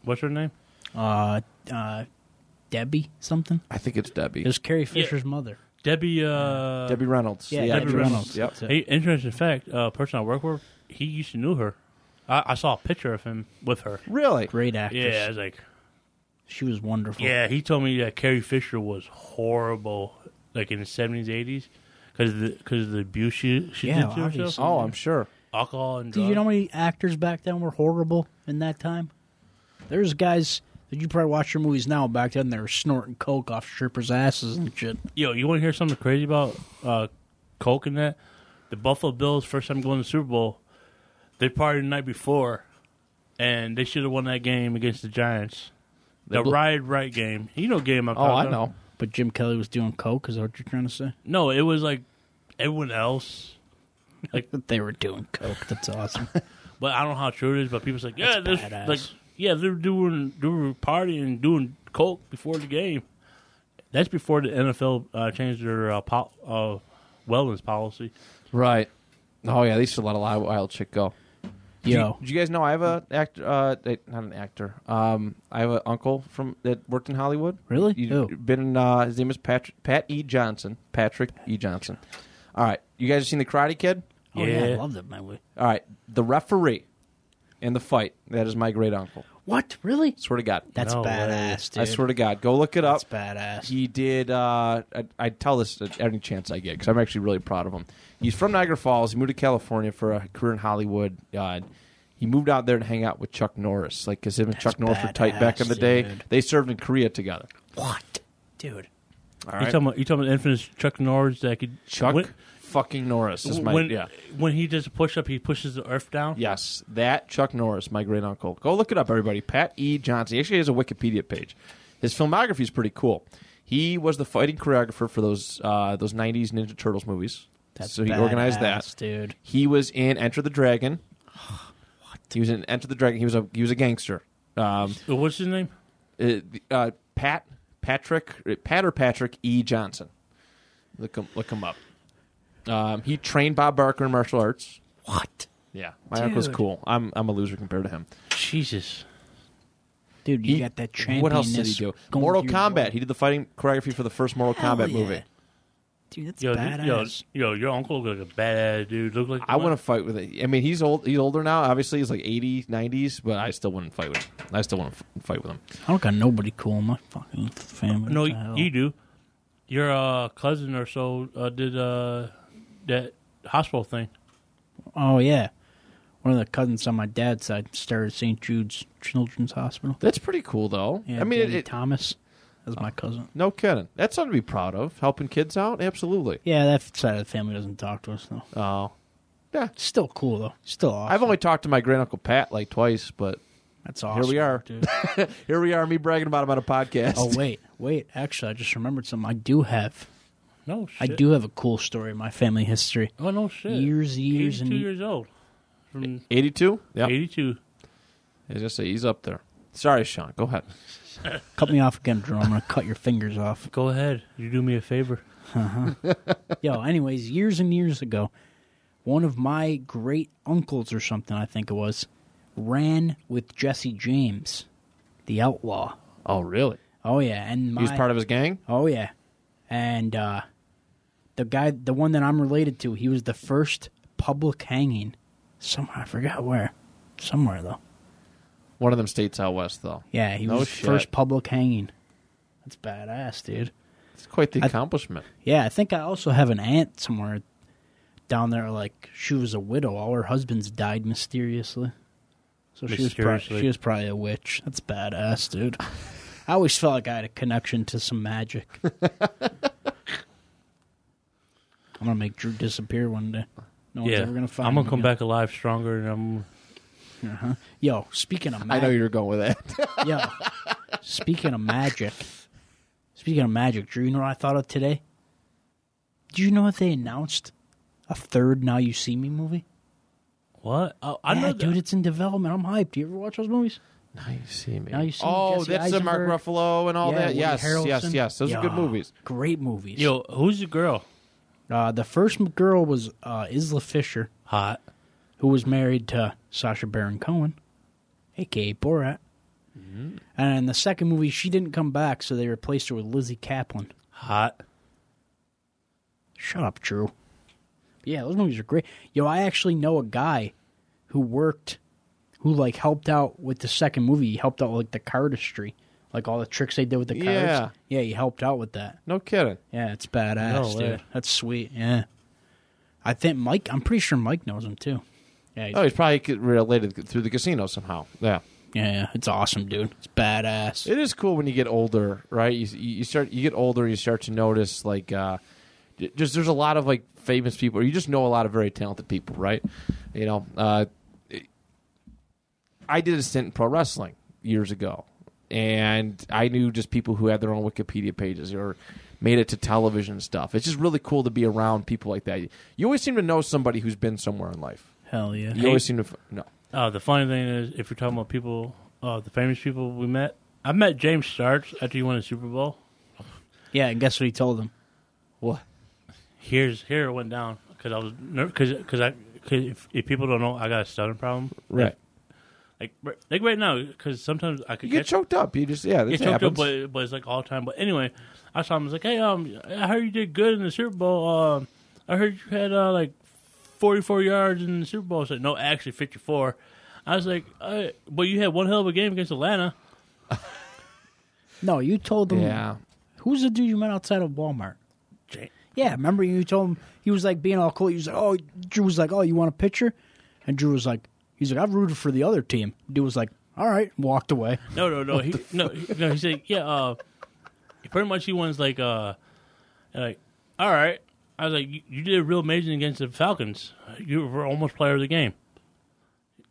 what's her name?
uh, uh, Debbie something.
I think it's Debbie.
It was Carrie Fisher's mother.
Debbie. Uh,
Debbie Reynolds.
Yeah, Debbie
Debbie Reynolds.
Reynolds.
Yep.
That's it.
Hey, interesting fact. A person I work with, he used to knew her. I, I saw a picture of him with her.
Really?
Great actress.
Yeah, I was like,
She was wonderful.
yeah. He told me that Carrie Fisher was horrible, like in the seventies, eighties, because of the because of the abuse she she
Yeah,
did to herself,
obviously.
Oh, I'm sure.
alcohol and
Do
drugs.
you know how many actors back then were horrible in that time? There's guys that you probably watch your movies now. Back then, they were snorting coke off strippers' asses and shit.
Yo, you want to hear something crazy about uh, Coke and that? The Buffalo Bills first time going to the Super Bowl, they partied the night before, and they should have won that game against the Giants.
They
The
bl-
ride right game. You know game I'm
Oh, I
talking about.
know.
But Jim Kelly was doing coke. Is that what you're trying to say?
No, it was like everyone else.
Like that they were doing coke. That's awesome.
But I don't know how true it is. But people say, yeah, this,
That's badass.
like yeah, they're doing doing partying, doing coke before the game. That's before the NFL uh, changed their uh, po- uh, wellness policy.
Right. Oh yeah, they used to let a lot of wild chick go.
Yo,
Do you guys know I have a actor? Uh, eh, not an actor. Um, I have an uncle from that worked in Hollywood.
Really?
You,
Who?
been in, uh, his name is Patrick Pat E Johnson. Patrick E Johnson. All right, you guys have seen the Karate Kid?
oh, yeah. I
Yeah.
love that movie.
All right, the referee in the fight. That is my great uncle.
What? Really?
Swear to God.
That's
No way.
badass, dude.
I swear to God. Go look it up.
That's badass.
He did. Uh, I, I tell this at any chance I get because I'm actually really proud of him. He's from Niagara Falls. He moved to California for a career in Hollywood. Uh, he moved out there to hang out with Chuck Norris, like because him and Chuck Norris were tight back in the
badass,
day.
dude.
They served in Korea together.
what? Dude.
All
You
right,
talking about you talking about infamous Chuck Norris that could
Chuck
when,
fucking Norris is my
when,
yeah.
when he does a push up, he pushes the earth down.
Yes, that Chuck Norris, my great uncle. Go look it up, everybody. Pat E. Johnson. He actually has a Wikipedia page. His filmography is pretty cool. He was the fighting choreographer for those uh, those '90s Ninja Turtles movies.
That's
so he organized that.
badass, dude.
He was in Enter the Dragon. what? He was in Enter the Dragon. He was a he was a gangster. Um,
Uh, What's his name?
uh, uh, Pat Patrick uh, Pat or Patrick E. Johnson. Look him look him up. Um, he trained Bob Barker in martial arts.
What?
Yeah, my uncle's
Dude.
cool. I'm I'm a loser compared to him.
Jesus.
Dude, you
He-
got that champion.
What else did he do? Mortal Kombat. He did the fighting choreography for the first Mortal Kombat movie.
Dude, that's
Yo,
badass.
yo, yo, your uncle looked like a bad dude. Look like
I want to fight with it. I mean, he's old. He's older now. Obviously, he's like 80s, 90s, but I still wouldn't fight with him. I still wouldn't f- fight with him.
I don't got nobody cool in my fucking family.
No,
What
you,
the hell?
you do. Your uh, cousin or so uh, did uh, that hospital thing.
Oh yeah, one of the cousins on my dad's side started St. Jude's Children's Hospital.
That's pretty cool, though.
Yeah,
I mean, it, Oh.
Danny
it-
Thomas is my cousin.
no kidding. That's something to be proud of. Helping kids out, absolutely.
Yeah, that side of the family doesn't talk to us though.
Oh, yeah.
Still cool though. Still awesome.
I've only talked to my grand uncle Pat like twice, but
That's awesome.
we are.
Dude.
here we are, me bragging about him on a podcast.
oh wait, wait. Actually, I just remembered something. I do have.
No shit.
I do have a cool story in my family history.
Oh no shit.
Years, years,
82
and
years old. From
82. Yeah,
eighty-two.
as I say, he's up there. Sorry, Sean. Go ahead.
cut me off again, Drew. I'm gonna cut your fingers off.
Go ahead. You do me a favor.
Yo, anyways, years and years ago, one of my great uncles or something, I think it was, ran with Jesse James, the outlaw.
Oh, really?
Oh yeah, and my
He was part of his gang.
Oh yeah, and uh, the guy, the one that I'm related to, he was the first public hanging. Somewhere I forgot where, somewhere though.
One of them states out west, though.
Yeah, he
No
was
shit.
first public hanging. That's badass, dude.
It's quite the
I-
accomplishment.
Yeah, I think I also have an aunt somewhere down there. Like she was a widow. All her husbands died mysteriously. So she was probably,
Mysteriously.
she was probably a witch. That's badass, dude. I always felt like I had a connection to some magic. I'm gonna make Drew disappear one day. No one's
yeah.
ever gonna find.
I'm
him
gonna come
again.
back alive stronger, and I'm.
Uh-huh. Yo, speaking of
I know
magic,
you're going with that.
yo, speaking of magic, speaking of magic, Drew, you know what I thought of today? Do you know what they announced? A third Now You See Me movie.
What? Oh, I
yeah,
know,
dude, it's in development. I'm hyped. Do you ever watch those movies?
now you see me.
Now you see me,
oh,
Jesse
that's the Mark
Eisenberg.
Ruffalo and all
yeah,
that.
Woody
Yes, yes,
Harrelson.
yes. Those are good
Yeah,
movies.
Great movies.
Yo, who's the girl?
Uh, the first girl was uh, Isla Fisher,
Hot.
who was married to Sasha Baron Cohen, aka Borat.
Mm-hmm.
And in the second movie, she didn't come back, so they replaced her with Lizzie Kaplan.
Hot.
Shut up, Drew. Yeah, those movies are great. Yo, I actually know a guy who worked, who like helped out with the second movie. He helped out with, like the cardistry, like all the tricks they did with the cards.
Yeah.
yeah, he helped out with that.
No kidding.
Yeah, it's badass,
No way.
dude. That's sweet. Yeah, I think Mike. I'm pretty sure Mike knows him too. Yeah, he's-
Oh, he's probably c- related through the casino somehow. Yeah,
yeah, yeah, it's awesome, dude. It's badass.
it is cool when you get older, right? You you start you get older, you start to notice like uh, j- just there's a lot of like famous people. Or you just know a lot of very talented people, right? You know, uh, I did a stint in pro wrestling years ago, and I knew just people who had their own Wikipedia pages or made it to television and stuff. It's just really cool to be around people like that. You always seem to know somebody who's been somewhere in life.
Hell yeah.
You always seem to f- no.
Uh, the funny thing is, if you're talking about people, uh, the famous people we met, I met James Starks after he won the Super Bowl.
Yeah, and guess what he told him?
What?
Here's here it went down because I was because because I cause if, if people don't know, I got a stuttering problem.
Right.
Like r- like right now, because sometimes I could
You get
catch,
choked up. You just yeah. This
get choked
happens.
up, but but it's like all the time. But anyway, I saw him. I was like, hey, um, I heard you did good in the Super Bowl. Um, I heard you had uh, like 44 yards in the Super Bowl. I said, no, actually 54. I was like, uh, but you had one hell of a game against Atlanta.
No, you told him.
yeah.
Who's the dude you met outside of Walmart?
Ja-
Yeah, remember you told him he was like being all cool. He was like, "Oh," Drew was like, "Oh, you want a picture?" And Drew was like, "He's like, I've rooted for the other team." Dude was like, "All right," and walked away.
No, no, no. He, no, he, no. He said, yeah. Uh, pretty much, he wants like, uh, like, all right. I was like, you, you did real amazing against the Falcons. You were almost player of the game.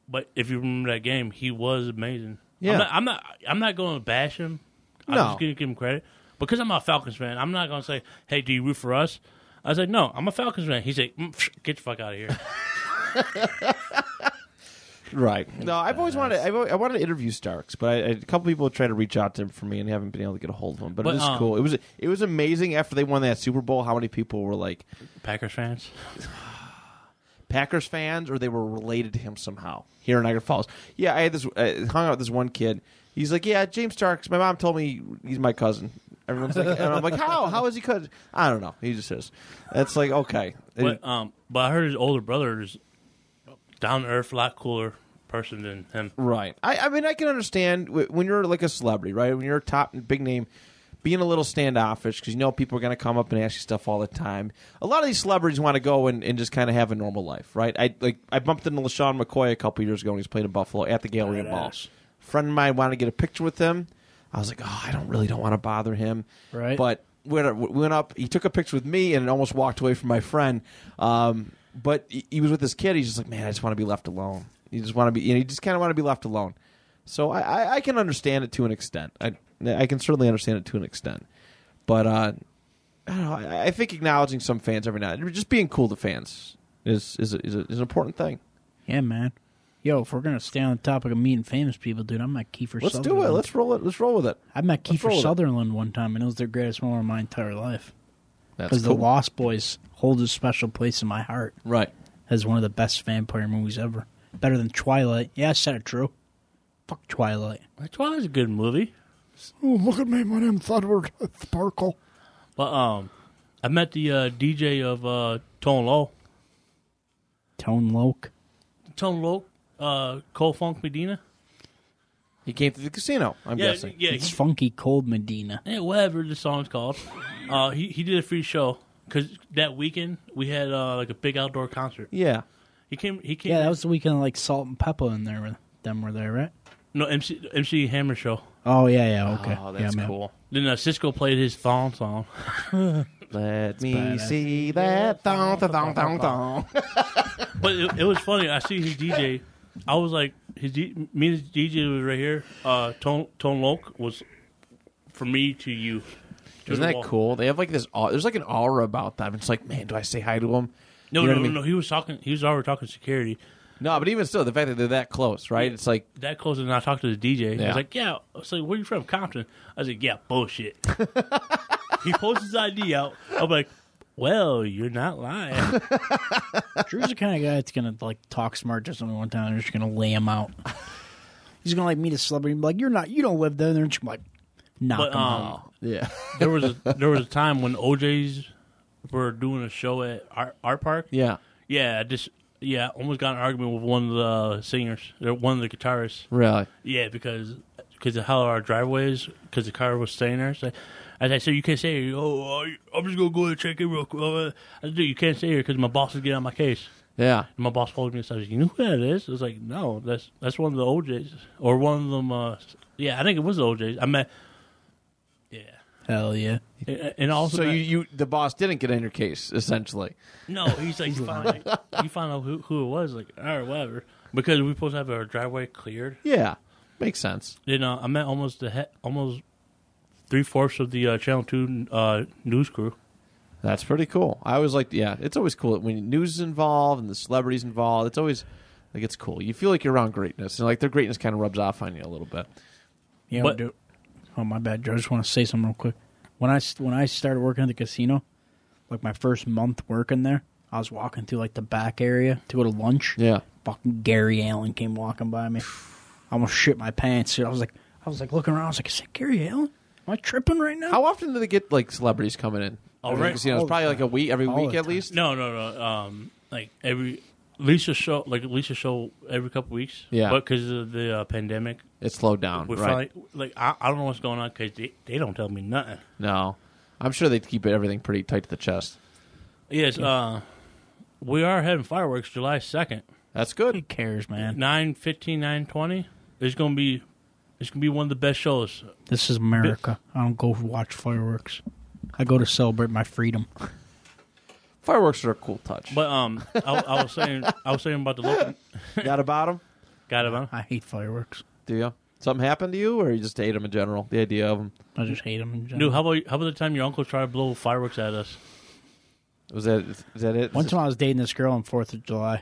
But if you remember that game, he was amazing.
Yeah.
I'm not. I'm not, I'm not going to bash him. I'm
No.
just going to give him credit because I'm a Falcons fan. I'm not going to say, hey, do you root for us? I was like, no, I'm a Falcons fan. He's like, mm, psh, get the fuck out of here.
Right. No, I've always wanted. I've, al- I wanted to interview Starks, but I, a couple people tried to reach out to him for me and haven't been able to get a hold of him. But,
But,
it is
um,
cool. It was it was amazing after they won that Super Bowl. How many people were like
Packers fans.
Packers fans or they were related to him somehow here in Niagara Falls? Yeah, I had this I hung out with this one kid. He's like, yeah, James Starks. My mom told me he's my cousin. Everyone's like, and I'm like, how? How is he cousin? I don't know. He just is. That's like okay.
But um, but I heard his older brother is down to earth, a lot cooler person than him.
Right. I, I mean, I can understand wh- when you're like a celebrity, right? When you're a top big name, being a little standoffish because you know people are going to come up and ask you stuff all the time. A lot of these celebrities want to go and, and just kind of have a normal life, right? I like I bumped into LaShawn McCoy a couple years ago when he was playing in Buffalo at the Gallery of Ball.
Badass.
Friend of mine wanted to get a picture with him. I was like, oh, I don't really don't want to bother him,
Right.
But we went up- we went up. He took a picture with me and almost walked away from my friend. Um, but he, he was with this kid. He's just like, man, I just want to be left alone. You just want to be. You, know, you just kind of want to be left alone. So I, I, I can understand it to an extent. I I can certainly understand it to an extent. But uh, I don't know. I, I think acknowledging some fans every now and just being cool to fans is is a, is, a, is an important thing.
Yeah, man. Yo, if we're gonna stay on the topic of meeting famous people, dude, I'm at Kiefer.
Let's
Sutherland.
do it. Let's roll it. Let's roll with it.
I met
let's roll
Kiefer
with it.
Sutherland one time, and it was the greatest moment of my entire life
That's
because
cool.
The Lost Boys holds a special place in my heart
Right.
as one of the best vampire movies ever. Better than Twilight. Yeah, I said it, Drew. Fuck Twilight.
That's why it's a good movie.
Oh, look at me. My name's Edward Sparkle.
But um, I met the uh, DJ of uh, Tone Low,
Tone Loke.
Tone Low, uh, Cole Funk Medina.
He came to the casino. I'm
Yeah,
guessing.
yeah,
It's
he-
funky cold Medina.
yeah, whatever the song's called. Uh, he he did a free show because that weekend we had uh, like a big outdoor concert.
Yeah.
He came. He came.
Yeah, that was the weekend like Salt and Pepper and there were them were there, right?
no MC MC Hammer show.
Oh yeah, yeah, okay.
Oh, that's
yeah, man.
cool.
Then uh, Cisco played his thong song.
Let me
badass.
see that thong thong thong thong. thong.
But it, it was funny. I see his DJ. I was like, his D, me and his DJ was right here. Uh, Tone Tone Loc was from me to you. To
Isn't
the
that
wall.
cool? They have like this. au- There's like an aura about them. It's like, man, do I say hi to them?
No,
You know
no,
what I
no, no. He was talking. He was already talking security.
No, but even still, the fact that they're that close, right? It's like,
That close, and I talked to the DJ. He
Yeah.
was like, "Yeah." I was like, "Where you from, Compton?" I was like, "Yeah, bullshit." he pulls his ID out. I'm like, "Well, you're not lying."
Drew's the kind of guy that's gonna like talk smart to someone one time and they're just gonna lay him out. He's gonna like meet a celebrity and be like, You're not you don't live there and they're just gonna, like knock
But
him out.
um,
yeah,
there was a, there was a time when OJ's were doing a show at Art, Art Park.
yeah,
Yeah, I just yeah, almost got in an argument with one of the singers, or one of the guitarists.
really.
Yeah, because because of how our driveway is, because the car was staying there. So, as I said, you can't stay here. Oh, I- I'm just gonna go and check in real quick. Uh, I said, dude, you can't stay here because my boss is getting on my case.
Yeah,
And my boss called me and said, "You know who that is?" I was like, "No, that's that's one of the OJ's or one of them." Uh, yeah, I think it was the OJ's. I met. Yeah,
Hell yeah.
and, and also
so
met-
you, you the boss didn't get on your case essentially.
No, he's like, you find, you find out who, who it was. Like, all right, whatever. because we supposed to have our driveway cleared.
Yeah, makes sense.
You know, I met almost the he- almost three fourths of the uh, Channel Two uh, news crew.
That's pretty cool. I always like, yeah, it's always cool when news is involved and the celebrities involved. It's always like it's cool. You feel like you're around greatness, and like their greatness kind of rubs off on you a little bit.
Yeah,
But-
we do. Oh my bad, Joe. I just want to say something real quick. When I s- when I started working at the casino, like my first month working there, I was walking through like the back area to go to lunch.
Yeah,
Fucking Gary Allen came walking by me. I almost shit my pants. dude. I was like, I was like looking around. I was like, is that Gary Allen? Am I tripping right now?
how often do they get like celebrities coming in?
Oh,
Every
right.
casino?
All
It's
the
probably like a week, every
All
week
the
at
time.
least.
No, no, no. Um, like every Lisa show, like Lisa show every couple weeks.
Yeah.
but because of the uh, pandemic,
It slowed down,
we
right?
finally like I, I don't know what's going on because they, they don't tell me nothing.
No, I'm sure they keep everything pretty tight to the chest.
Yes, uh, we are having fireworks July second,
That's good.
Who cares, man?
nine fifteen, nine twenty. It's gonna be, it's gonna be one of the best shows.
This is America. I don't go watch fireworks. I go to celebrate my freedom.
Fireworks are a cool touch.
But um, I, I was saying, I was saying about the local.
Got about them?
Got it, huh?
I hate fireworks.
Do you? Something happened to you, or you just hate them in general? The idea of them
I just hate them in general.
Dude, how about how about the time your uncle tried to blow fireworks at us?
was that is that it?
One time I was dating this girl on Fourth of July.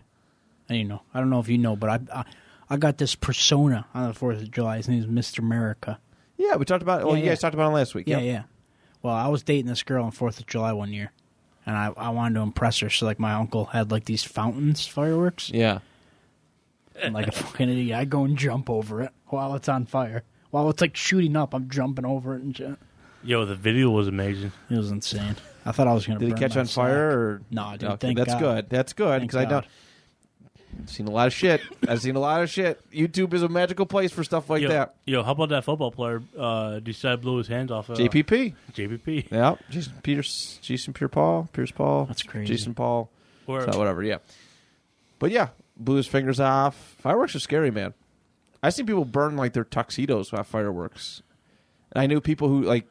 And you know, I don't know if you know, but I I, I got this persona on the Fourth of July. His name's Mister America.
yeah, we talked about. Oh,
Yeah,
you
yeah.
guys talked about it last week.
Yeah,
Yep.
yeah. Well, I was dating this girl on Fourth of July one year, and I I wanted to impress her. So like my uncle had like these fountains fireworks,
yeah.
and like a fucking idiot, I go and jump over it while it's on fire. While it's like shooting up, I'm jumping over it and shit.
Yo, the video was amazing.
It was insane. I thought I was gonna.
Did it
burn
catch
my
on fire?
sock.
Or?
No, dude,
Okay,
thank
that's
God.
good. That's good
Thank
because I don't.
God.
I've seen a lot of shit. I've seen a lot of shit. YouTube is a magical place for stuff like
yo,
that.
Yo, how about that football player uh, decided to blow his hands off? Uh,
JPP.
JPP.
Yeah. Jason Pierce. Jason Pierre Paul. Pierce Paul.
That's crazy.
Jason Paul.
Or,
So whatever. Yeah. But yeah, blew his fingers off. Fireworks are scary, man. I've seen people burn like their tuxedos with fireworks, and I knew people who like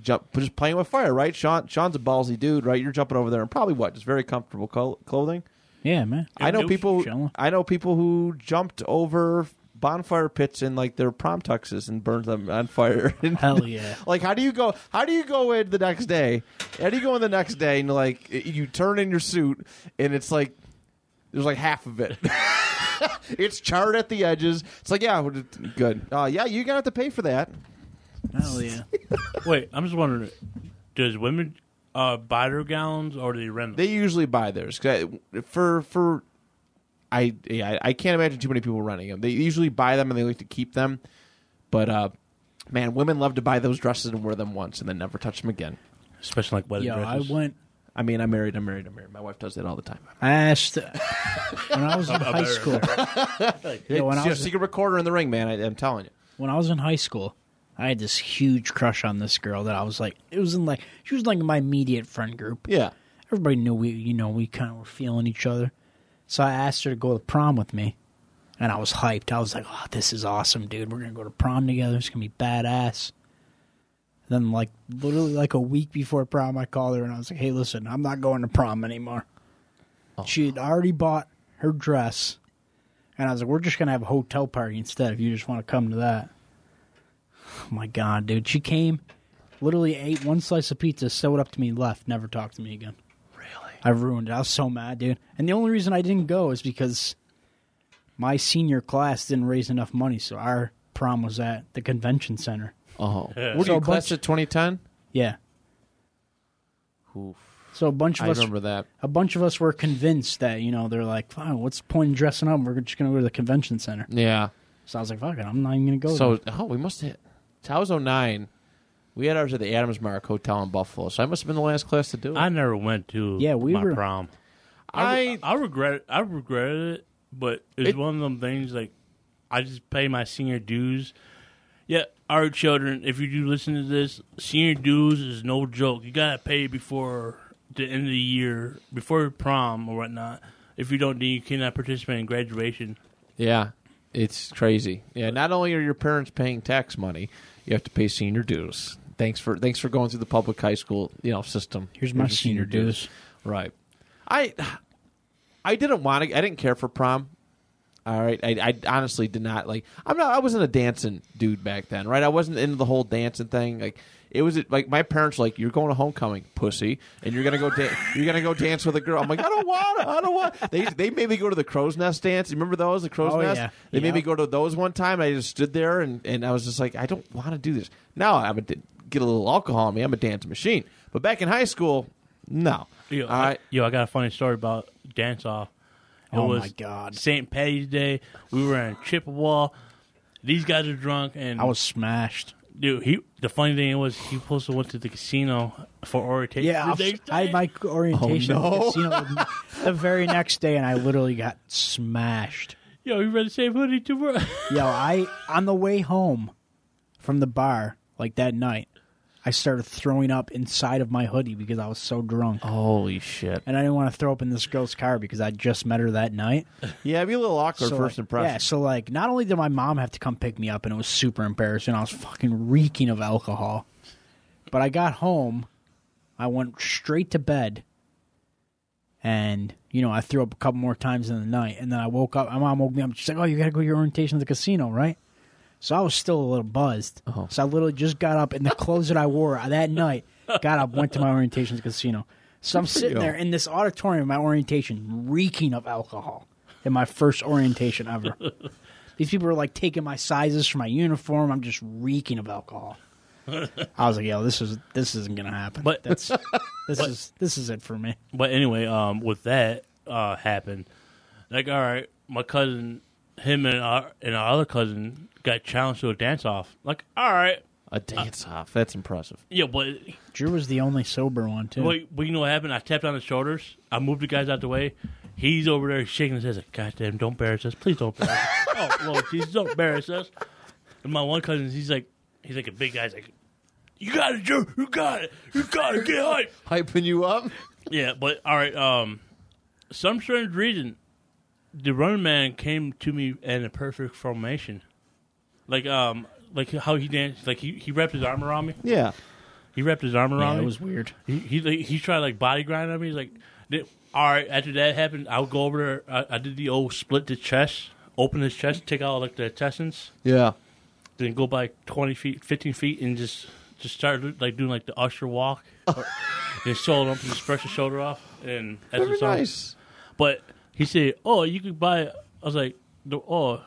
jump just playing with fire. Right, Sean. Sean's a ballsy dude, right? You're jumping over there and probably what? Just very comfortable col- clothing.
Yeah, man.
I know
Nope.
people.
Chilling.
I know people who jumped over bonfire pits in like their prom tuxes and burned them on fire. And,
Hell yeah.
like, how do you go? How do you go in the next day? How do you go in the next day and like you turn in your suit and it's like there's like half of it. it's charred at the edges. It's like yeah, good. Uh, yeah, you're gonna have to pay for that.
Hell yeah.
wait, I'm just wondering, does women uh, buy their gowns or do they rent them?
They usually buy theirs 'Cause I- for for. I yeah, I- I can't imagine too many people running them. They usually buy them and they like to keep them, but uh, man, women love to buy those dresses and wear them once and then never touch them again.
Especially like wedding
Yo, I
dresses.
went.
I mean, I'm married. I'm married. I'm married. My wife does that all the time.
I asked when I was in high
better-
school. Yeah, when
it's
I
your
was
secret recorder in the ring, man. I, I'm telling you.
when I was in high school, I had this huge crush on this girl that I was like, it was in like she was like in my immediate friend group.
Yeah,
Everybody knew we, you know, we kind of were feeling each other. So I asked her to go to prom with me, and I was hyped. I was like, oh, this is awesome, dude. We're gonna go to prom together. It's gonna be badass. Then, like literally, like a week before prom, I called her and I was like, "Hey, listen, I'm not going to prom anymore." She had already bought her dress, and I was like, "We're just gonna have a hotel party instead. If you just want to come to that." Oh my god, dude! She came, literally ate one slice of pizza, sewed up to me, left, never talked to me again. Really? I ruined it. I was so mad, dude. And the only reason I didn't go is because my senior class didn't raise enough money, so our prom was at the convention center.
Oh,
Yeah.
were
So
you
a
class
bunch-
of 2010?
Yeah.
Oof.
So a bunch of
I
us
remember that.
a bunch of us were convinced that you know they're like, fine, what's the point in dressing up? We're just gonna go to the convention center.
Yeah.
So I was like, fuck it, I'm not even gonna go.
So
there.
oh, we must have. So I was 09. We had ours at the Adams Mark Hotel in Buffalo, so I must have been the last class to do it.
I never went to
Yeah, we
my
were-
prom.
I-
I, I regret it. I regretted it, but it's
It-
one of them things like I just pay my senior dues. Yeah, our children, if you do listen to this, senior dues is no joke. You gotta pay before the end of the year, before prom or whatnot. If you don't, then you cannot participate in graduation.
Yeah, it's crazy. Yeah, not only are your parents paying tax money, you have to pay senior dues. Thanks for thanks for going through the public high school you know system.
Here's my
your
senior dues.
Right. I I didn't want to. I didn't care for prom. All right, I, I honestly did not like. I'm not. I wasn't a dancing dude back then, right? I wasn't into the whole dancing thing. Like it was like my parents were like you're going to homecoming, pussy, and you're gonna go dan you're gonna go dance with a girl. I'm like I don't want to. I don't want. They they made me go to the crow's nest dance. You remember those the crow's
Oh,
nest?
yeah.
They made me
Yeah.
go to those one time. I just stood there and and I was just like I don't want to do this. Now I'm a d- get a little alcohol on me. I'm a dance machine. But back in high school, no.
Yo,
All right.
I, yo, I got a funny story about dance off. It
Oh,
was
my God.
St. Patty's Day. We were in Chippewa. These guys are drunk, and
I was smashed.
dude. He the funny thing was he supposed to went to the casino for orientation.
Yeah, I,
the
was,
next day.
I had my orientation
Oh,
at the
no.
casino the- the very next day, and I literally got smashed.
yo, you wear the same hoodie to work.
Yo, I on the way home from the bar like that night, I started throwing up inside of my hoodie because I was so drunk,
Oh. Holy shit.
and I didn't want to throw up in this girl's car because I just met her that night.
Yeah, it'd be a little awkward
So,
first
like,
impression.
Yeah, so like, not only did my mom have to come pick me up, and it was super embarrassing. I was fucking reeking of alcohol, but I got home, I went straight to bed, and you know I threw up a couple more times in the night, and then I woke up. My mom woke me up. She's like, "Oh, you gotta go to your orientation at the casino, right?" So I was still a little buzzed.
Oh.
So I literally just got up, and the clothes that I wore that night got up, went to my orientation at the casino. So I'm sitting
you.
there in this auditorium, my orientation reeking of alcohol in my first orientation ever. These people were like taking my sizes for my uniform. I'm just reeking of alcohol. I was like, "Yo, this is this isn't gonna happen."
But-
that's this is this is it for me.
But anyway, um, with that uh, happened, like all right, my cousin, him and our and our other cousin got challenged to a dance off. Like all right,
A dance off. That's impressive.
yeah, but
Drew was the only sober one too.
Wait, but you know what happened? I tapped on his shoulders. I moved the guys out the way. He's over there shaking his head. Like, God damn, don't embarrass us. Please don't embarrass us. oh, Lord Jesus, don't embarrass us. And my one cousin, he's like, he's like a big guy. He's like, you got it, Drew. You got it. You got it. Get hype.
Hyping you up?
Yeah, but all right. Um, some strange reason, the running man came to me in a perfect formation, like um, like how he danced. Like he, he wrapped his arm around me.
Yeah.
He wrapped his arm around
yeah,
me.
it was weird.
He he like, he tried like body grind on me. He's like, "Th- all right. After that happened, I'll go over there. I, I did the old split the chest, open his chest, take out like the intestines,
Yeah.
then go by twenty feet, fifteen feet, and just just start like doing like the usher walk. and sold him, just brush his shoulder off, and as
Very
it's on-
nice.
But he said, "Oh, you could buy." I was like, "No, "Oh,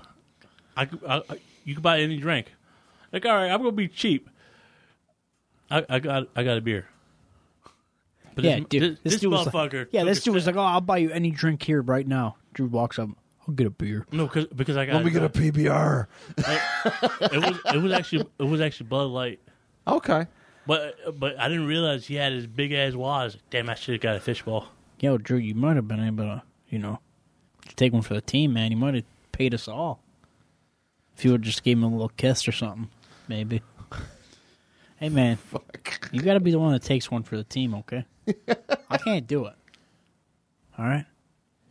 I, could- I, I you could buy any drink." Like, all right, I'm gonna be cheap. I, I got I got a beer. But
yeah,
this,
dude.
this, this
dude was
motherfucker.
Like, yeah,
took
this
a
dude was
sip.
like, "Oh, I'll buy you any drink here right now." Drew walks up. I'll get a beer.
no, cause, because I got.
Let me get a PBR.
it was it was actually it was actually Bud Light,
Okay.
but but I didn't realize he had his big ass wad. I was like, Damn, I should have got a fishbowl.
Yo, Drew, you might have been able to, you know, to take one for the team, man. You might have paid us all if you would just gave him a little kiss or something, maybe. hey, man,
Fuck.
you got to be the one that takes one for the team, okay? I can't do it. All right,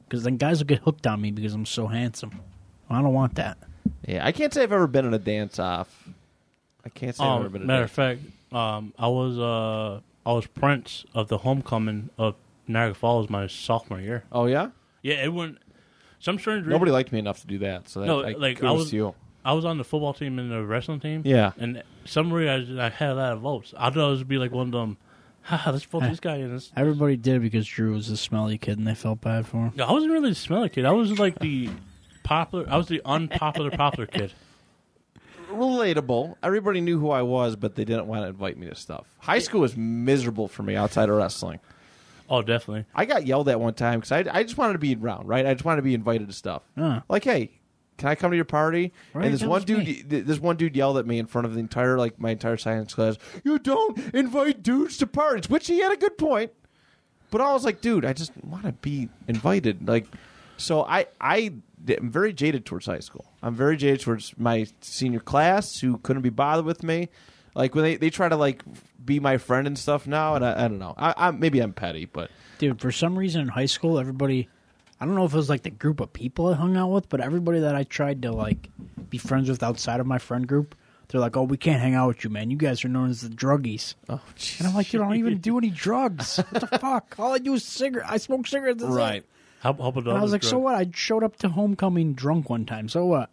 because then guys will get hooked on me because I'm so handsome. I don't want that.
Yeah, I can't say I've ever been in a dance off. I can't say I've ever
Um,
been in a
matter of
dance
fact, um, I was uh I was Prince of the homecoming of Niagara Falls my sophomore year.
Oh, yeah?
Yeah, everyone. Some strange reason.
Nobody liked me enough to do that, so that,
No,
I,
like I
kudos
was.
to you.
I was on the football team and the wrestling team.
Yeah.
and some reason I, I had a lot of votes. I thought it would be like one of them. Haha, let's
Eh.
vote this guy in. This.
Everybody did because Drew was a smelly kid and they felt bad for him.
No, I wasn't really the smelly kid. I was like the popular. I was the unpopular popular kid.
Relatable. Everybody knew who I was, but they didn't want to invite me to stuff. High school was miserable for me outside of wrestling.
Oh, definitely.
I got yelled at one time because I, I just wanted to be around, right? I just wanted to be invited to stuff.
Huh.
Like, hey, can I come to your party?
Right,
and this
that
one
was
dude,
me.
th- this one dude yelled at me in front of the entire like my entire science class. You don't invite dudes to parties, which he had a good point. But I was like, dude, I just want to be invited. Like, so I I am very jaded towards high school. I'm very jaded towards my senior class who couldn't be bothered with me. Like when they, they try to like be my friend and stuff now, and I, I don't know. I, I maybe I'm petty, but
Dude, for some reason in high school, everybody, I don't know if it was like the group of people I hung out with, but everybody that I tried to like be friends with outside of my friend group, they're like, oh, we can't hang out with you, man. You guys are known as the druggies.
oh, jeez.
And I'm like, dude, I don't even do any drugs. What the fuck? All I do is cigarette. I smoke cigarettes. That's it."
Right.
How, how about the
And I
other
was like, so
drug?
what? I showed up to homecoming drunk one time. So what?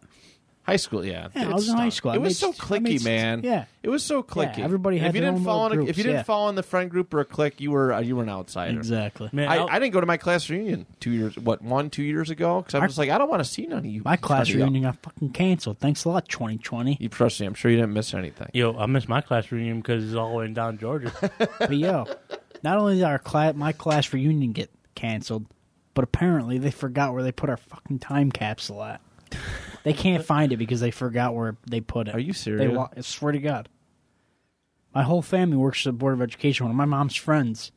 High school, yeah.
Yeah, I
It's
was in high
not-
school. I
It was
made-
so
I made
clicky,
s-
man.
yeah.
it was so clicky.
everybody had
if you
their
didn't
own
fall in,
little
a- if you
groups,
didn't
yeah.
fall in the friend group or a clique, you were uh, you were an outsider.
Exactly.
Man,
I,
I'll-
I didn't go to my class reunion two years, what one, two years ago, because I was just like, I don't want to see none of you.
My class
Sorry, y'all.
reunion got fucking canceled. Thanks a lot, 2020.
You trust me? I'm sure you didn't miss anything.
Yo, I missed my class reunion because it's all the way in down Georgia.
But yo, not only did our class, my class reunion get canceled, but apparently they forgot where they put our fucking time capsule at. They can't find it because they forgot where they put it.
Are you
They
serious?
lo- I swear to God. My whole family works at the Board of Education. One of my mom's friends,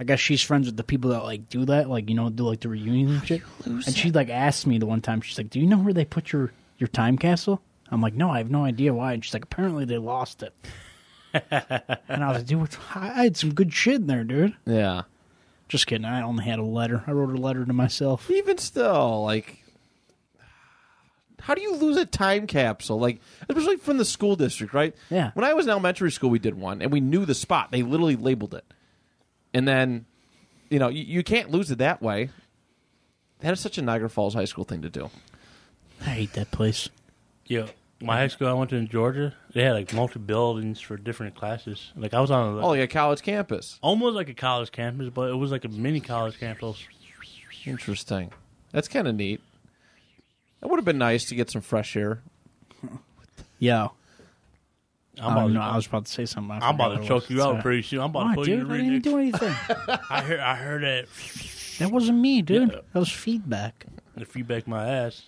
I guess she's friends with the people that like do that, like you know, do like the reunion and shit. And she like asked me the one time, she's like, "Do you know where they put your your time capsule?" I'm like, "No, I have no idea why." And she's like, "Apparently they lost it." and I was like, "Dude, what's, I I had some good shit in there, dude."
yeah.
Just kidding. I only had a letter. I wrote a letter to myself.
Even still, like, how do you lose a time capsule? Like, especially from the school district, right?
Yeah.
When I was in elementary school, we did one, and we knew the spot. They literally labeled it, and then, you know, you, you can't lose it that way. That is such a Niagara Falls High School thing to do.
I hate that place.
Yo, my high school I went to in Georgia, they had like multi buildings for different classes. Like I was on a,
Oh, yeah, college campus.
almost like a college campus, but it was like a mini college campus.
Interesting. That's kind of neat. That would have been nice to get some fresh air.
Yo,
I'm
Oh, I'm
about,
about,
to-
I was about to say something. I
I'm about to
forgot what it
choke you
was.
out
Sorry.
pretty soon. I'm about
Why,
to pull
dude?
you
I
right
didn't
next.
do anything.
I heard I heard it.
that wasn't me, dude. That was feedback.
The feedback my ass.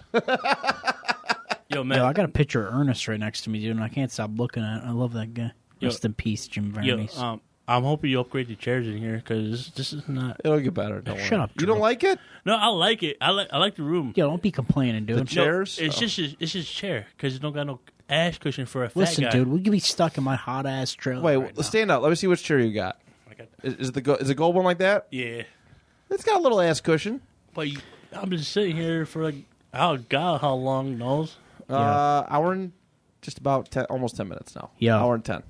Yo man,
Yo, I got a picture of Ernest right next to me, dude, and I can't stop looking at it. I love that guy.
Yo-
Rest in peace, Jim
yo,
Vermes.
um, I'm hoping you upgrade the chairs in here because this, this is not.
It'll get better. Don't
Shut
worry.
up,
You
Drew.
don't like it?
No, I like it. I like I like the room.
Yo, don't be complaining, dude.
The chairs?
It's
Oh.
just his, it's his chair because it don't got no ass cushion for a fat
Listen,
guy.
dude, we could be stuck in my hot ass trailer.
Wait,
right now.
stand up. Let me see which chair you got.
I got-
Is, is the go- is the gold one like that?
yeah.
It's got a little ass cushion.
But you, I've been sitting here for like, oh god, how long knows?
Uh, hour and just about ten, almost ten minutes now.
Yeah.
hour and ten.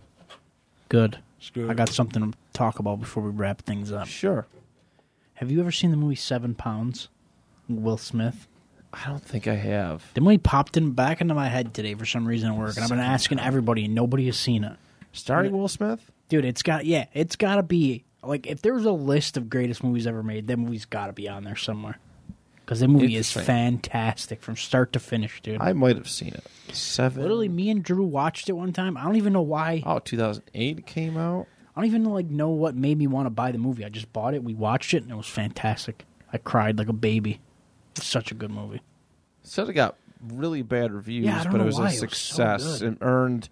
Good.
Screw
I
it.
got something to talk about before we wrap things up.
Sure.
Have you ever seen the movie Seven Pounds? Will Smith.
I don't think I have.
The movie popped in back into my head today for some reason at work, and I've been asking everybody, and nobody has seen it. Mm.
Starring Will Smith.
Dude, it's got yeah, it's got to be like if there was a list of greatest movies ever made, that movie's got to be on there somewhere. Because that movie is
Interesting.
fantastic from start to finish, dude.
I might have seen it. Seven.
Literally, me and Drew watched it one time. I don't even know why. I
Oh, 2008 came out.
don't even like know what made me want to buy the movie. I just bought it. We watched it, and it was fantastic. I cried like a baby. It's such a good movie.
Said it got really bad reviews,
Yeah, I don't
but
know
it was a
why. It was so
success.
good.
It earned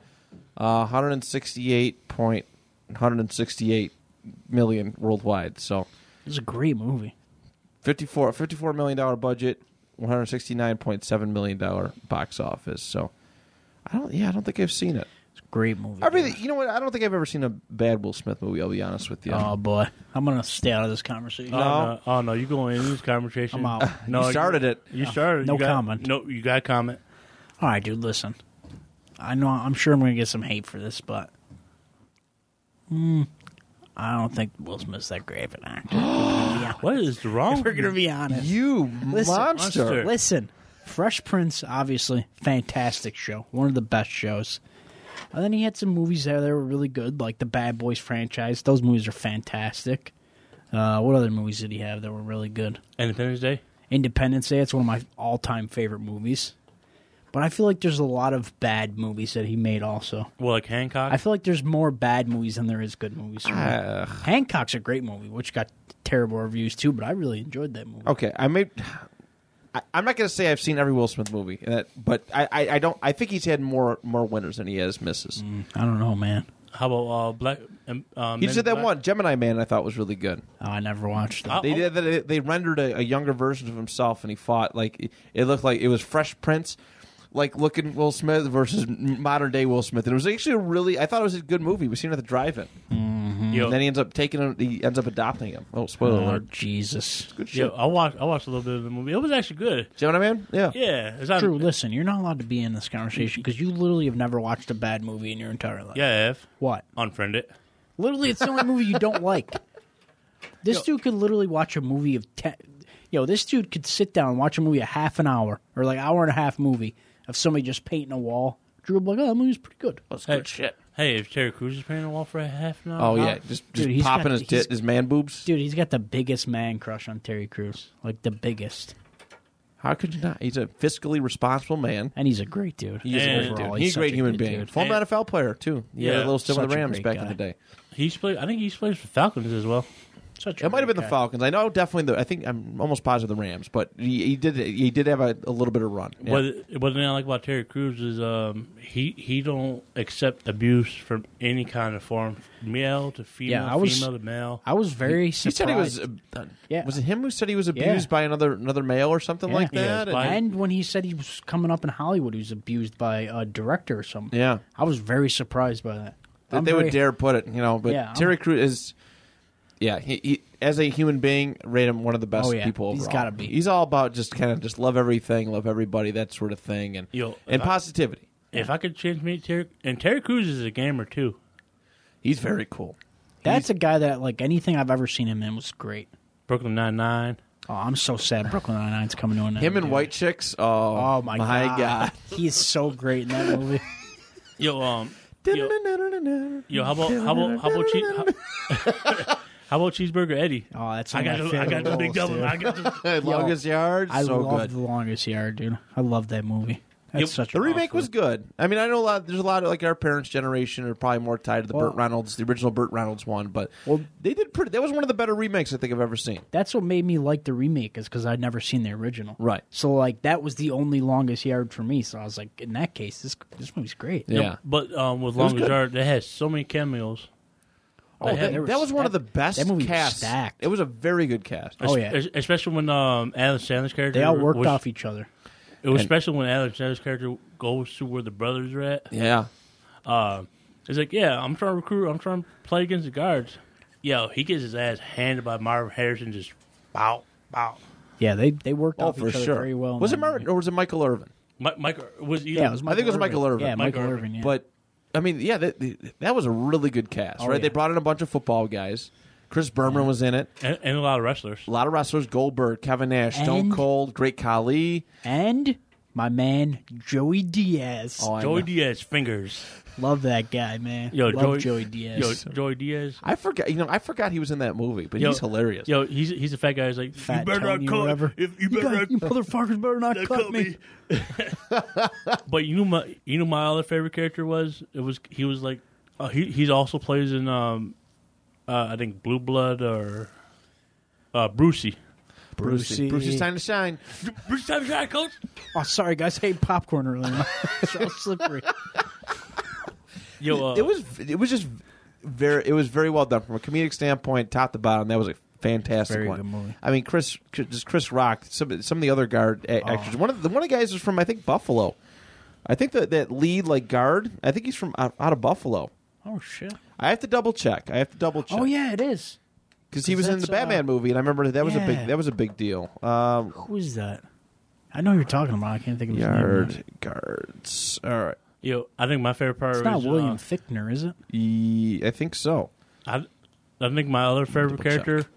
uh, 168 point 168 million worldwide. So
It's a great movie.
54 54 million dollar budget, 169.7 million dollar box office. So I don't yeah, I don't think I've seen it.
It's a great movie.
Everything, you know what? I don't think I've ever seen a bad Will Smith movie, I'll be honest with you.
Oh boy, I'm gonna stay out of this conversation.
Oh no, oh, no you going in this conversation?
I'm out.
You started it.
You started.
No
you got,
comment.
No, you got comment.
All right, dude. Listen, I know I'm sure I'm going to get some hate for this, but Hmm, I don't think Will Smith's that great of an actor. if
What is wrong?
we're going to be honest.
You monster.
Listen,
monster.
Listen, Fresh Prince, obviously, fantastic show, one of the best shows. And then he had some movies there that were really good, like the Bad Boys franchise. Those movies are fantastic. Uh, what other movies did he have that were really good?
Independence Day.
Independence Day. It's one of my all-time favorite movies. But I feel like there's a lot of bad movies that he made also.
Well, like Hancock.
I feel like there's more bad movies than there is good movies.
Ah, ugh.
Hancock's a great movie, which got terrible reviews too, but I really enjoyed that movie.
Okay, I may. I, I'm not going to say I've seen every Will Smith movie, and that, but I, I, I don't. I think he's had more more winners than he has misses.
I don't know, man.
How about uh, Black? Um, uh,
He
Men
did
in
that
Black?
one Gemini Man. I thought was really good.
Oh, I never watched that.
I-
They
Oh.
did that. They rendered a, a younger version of himself, and he fought like it, it looked like it was Fresh Prince, like looking Will Smith versus modern day Will Smith. And it was actually a really. I thought it was a good movie. We seen it at the drive-in,
Yo,
and Mm, then he ends up taking him. He ends up adopting him. Oh, spoiler
oh,
alert!
Jesus.
Good shit.
yo, I watched. I watched a little bit of the movie. It was actually good.
Gemini Man. Yeah.
Yeah, it's not,
Drew, listen, you're not allowed to be in this conversation because you literally have never watched a bad movie in your entire life.
Yeah, I have.
What?
unfriend it.
Literally, it's the only movie you don't like. This
Yo.
dude could literally watch a movie of ten. yo, this dude could sit down and watch a movie a half an hour or like hour and a half movie of somebody just painting a wall. Drew will be like, oh, that movie's pretty good.
That's
Hey.
good shit.
Hey, if Terry Crews is painting a wall for a half an hour,
Oh
I'll-
yeah, just just
Uh-huh. Dude, he's
popping
got-
his
he's-
tit, his man boobs.
Dude, he's got the biggest man crush on Terry Crews, like the biggest,
How could you not? He's a fiscally responsible man.
and he's a great dude.
He is
And-
a great
overall,
dude. He's a
such
great human
good
being.
dude.
Former
And-
NFL player too. Yeah,
Yeah,
a little stint with the
such a
Rams
great
back in
guy.
the day.
He's played. I think he's played for Falcons as well.
Such a
It might have
great
been the
guy.
Falcons. I know definitely. The, I think I'm almost positive the Rams, but he, he did he did have a, a little bit of run. Yeah.
What what I like about Terry Crews is um, he he don't accept abuse from any kind of form, male to female,
Yeah, I was-
female to male.
I was very
he
surprised.
said he was. Uh,
Yeah.
Was it him who said he was
Yeah.
abused by another another male or something
Yeah.
like
Yeah,
that?
it's by-
and when he said he was coming up in Hollywood, he was abused by a director or something.
yeah.
I was very surprised by that.
that
I'm
they
very-
would dare put it, you know. But
Yeah, I'm-
Terry Crews is, yeah, he, he as a human being, rate him one of the best
Oh, yeah.
people.
He's
overall.
gotta be.
He's all about just kind of just love everything, love everybody, that sort of thing, and
Yo, if
and
I-
positivity.
If I could change me, Terry and Terry Crews is a gamer too.
He's very cool.
That's a guy that like anything I've ever seen him in was great.
Brooklyn Nine Nine.
Oh, I'm so sad Brooklyn Nine Nine's coming to an end.
Him and
dude.
White Chicks. Oh,
Oh my,
god.
he's so great in that movie.
Yo, um, yo, yo, how about how about how about, cheese, how, how about cheeseburger Eddie?
Oh, that's
I
one
got
of
the,
my
I got the
favorite
big
roles,
double. I
dude.
got the,
Longest Yard.
I
so
love
good.
the longest yard, dude. I love that movie. That's
Yep.
such
The
an
remake
awesome-
was good. I mean, I know a lot. There's a lot of like our parents' generation are probably more tied to the
Well-
Burt Reynolds, the original Burt Reynolds one. But
Well-
they did pretty. That was one of the better remakes I think I've ever seen.
That's what made me like the remake is because I'd never seen the original.
Right.
So like that was the only longest yard for me. So I was like, in that case, this this movie's great.
Yeah.
But um, with
was
Longest
good.
Yard, they had so many cameos.
Oh,
Yeah,
that,
they were
that was one of the
stacked.
best
That movie was
casts.
stacked.
It was a very good cast.
Oh, yeah.
Es- especially when um, Alan Sandler's character
They all worked
was-
off each other.
It was
And-
special when Alan Sandler's character goes to where the brothers are at.
Yeah,
Uh, it's like, yeah, I'm trying to recruit. I'm trying to play against the guards. Yo, he gets his ass handed by Marvin Harrison. Just bow, bow.
Yeah, they they worked
oh
off
for
each other
sure.
very well. in
was
that
it Martin
movie.
or was it Michael Irvin?
Mi- Michael was either,
Yeah, it was Michael
I think it was Michael Irvin.
Yeah,
Michael
Michael
Irvin.
Irvin. Yeah.
But I mean, yeah, that, that was a really good cast,
Oh,
right? They
yeah.
brought in a bunch of football guys. Chris Berman was in it.
and, and a lot of wrestlers.
A lot of wrestlers: Goldberg, Kevin Nash, Stone
And-
Cold, Great Khali.
and my man Joey Diaz.
I
Joey
know.
Diaz fingers.
Love that guy, man.
Oh, Yo,
Love
Joey,
Joey, Diaz.
Yo, Joey Diaz.
I forgot. You know, I forgot he was in that movie, but
Yo,
he's hilarious.
Yo, he's he's a fat guy. He's like,
Fat
you better
Tony,
not cut.
whatever.
If you
You,
better
guys, you motherfuckers better not
not
cut, me.
but you know my you know my other favorite character was it was he was like uh, he he's also plays in um uh, I think Blue Blood or uh Brucey.
Brucey, Brucey's time to shine.
Bruce time guy coach.
Oh, sorry, guys. I ate popcorn earlier. it's all slippery.
Yo, uh,
it was it was just very it was very well done from a comedic standpoint, top to bottom. That was a fantastic
Very
one.
good movie.
I mean, Chris just Chris Rock, some some of the other guard a-
Oh.
actors. One of the one of the guys was from I think Buffalo. I think that that lead like guard. I think he's from out, out of Buffalo.
Oh shit.
I have to double check. I have to double check.
Oh yeah, it is.
because he was in the
that's, uh,
Batman movie, and I remember that was a
yeah.
big that was a big deal. Um,
Who is that? I know who you're talking about. I can't think of his name. now.
yard guards. All right,
yo, I think my favorite part
It's
was
not William
uh,
Fichtner, is it?
E- I think so.
I, I think my other favorite
Double check.
character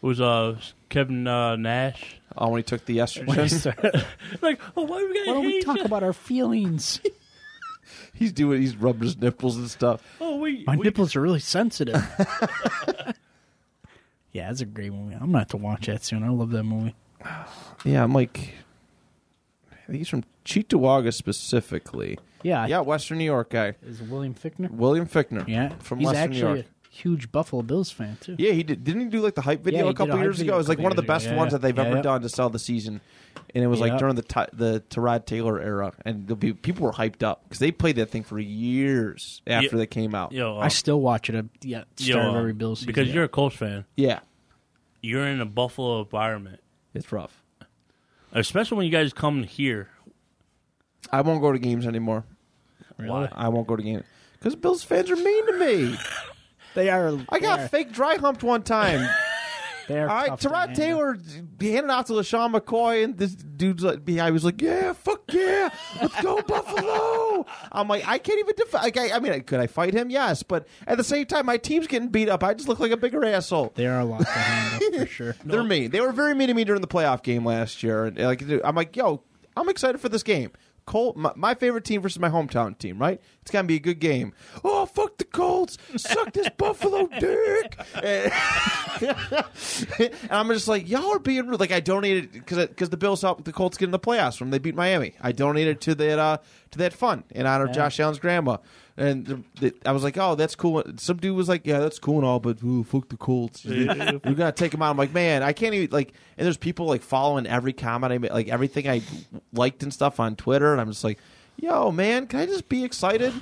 was uh Kevin uh, Nash.
Oh, when he took the yesterday,
Why
Like, oh, why are we gonna
don't
hate
we talk
each-
about our feelings?
he's doing he's rubbing his nipples and stuff.
Oh, we
My
we-
nipples are really sensitive. yeah, that's a great movie. I'm gonna have to watch that soon. I love that movie.
Yeah, I'm like, I think he's from Cheektowaga specifically.
Yeah, I-
yeah, Western New York guy,
Is it William Fichtner?
William Fichtner.
Yeah,
from
he's
Western New
actually
York.
a huge Buffalo Bills fan too.
Yeah, he did. Didn't he do like the hype video a
he did
couple
a hype
years
video
ago? It was
a
like
couple
one of the
years ago.
best
Yeah,
ones
yeah.
that they've
Yeah,
ever
yeah.
done to sell the season, and it was like
Yeah.
during the Ty- the Tyrod Taylor era, and the pe- people were hyped up because they played that thing for years after
Yeah.
they came out.
Yo, uh,
I still watch it. At yeah,
yo,
start of
uh,
every Bills season.
because you're a Colts fan.
Yeah,
You're in a Buffalo environment,
it's rough.
especially when you guys come here.
I won't go to games anymore.
Why?
I won't go to games because Bills fans are mean to me.
they are.
I got fake dry humped one time.
They are
All right,
tough to
Terod
handle.
Taylor handed off to LaShawn McCoy, and this dude's like, behind was like, yeah, fuck yeah, let's go Buffalo. I'm like, I can't even defend. Like, I, I mean, could I fight him? Yes, but at the same time, my team's getting beat up. I just look like a bigger asshole.
They are a lot to handle for sure.
They're mean. They were very mean to me during the playoff game last year. And like, dude, I'm like, yo, I'm excited for this game. Colt, my, my favorite team versus my hometown team, right? It's gonna be a good game. Oh fuck the Colts! Suck this Buffalo dick! And, and I'm just like, y'all are being rude. Like I donated because because the Bills helped the Colts get in the playoffs when they beat Miami. I donated to that uh, to that fund in honor of Josh Allen's grandma. And the, the, I was like, oh, that's cool. Some dude was like, yeah, that's cool and all, but ooh, fuck the Colts.
Yeah.
We're gonna take him out. I'm like, man, I can't even like. And there's people like following every comment I made, like everything I liked and stuff on Twitter, and I'm just like, yo, man, can I just be excited?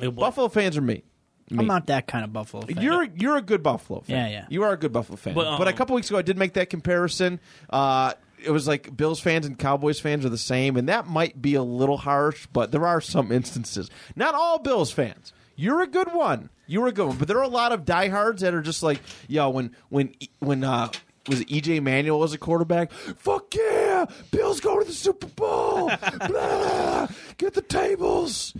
It wa-
Buffalo fans are me.
I'm not that kind of Buffalo fan.
You're you're a good Buffalo fan.
Yeah, yeah.
You are a good Buffalo fan. But,
But,
a
um,
couple weeks ago, I did make that comparison. Uh, it was like Bills fans and Cowboys fans are the same, and that might be a little harsh, but there are some instances. Not all Bills fans. You're a good one. You're a good one, but there are a lot of diehards that are just like, yo, when when when uh, was it EJ Manuel was a quarterback? Fuck yeah, Bills go to the Super Bowl. Blah, blah, blah. Get the tables,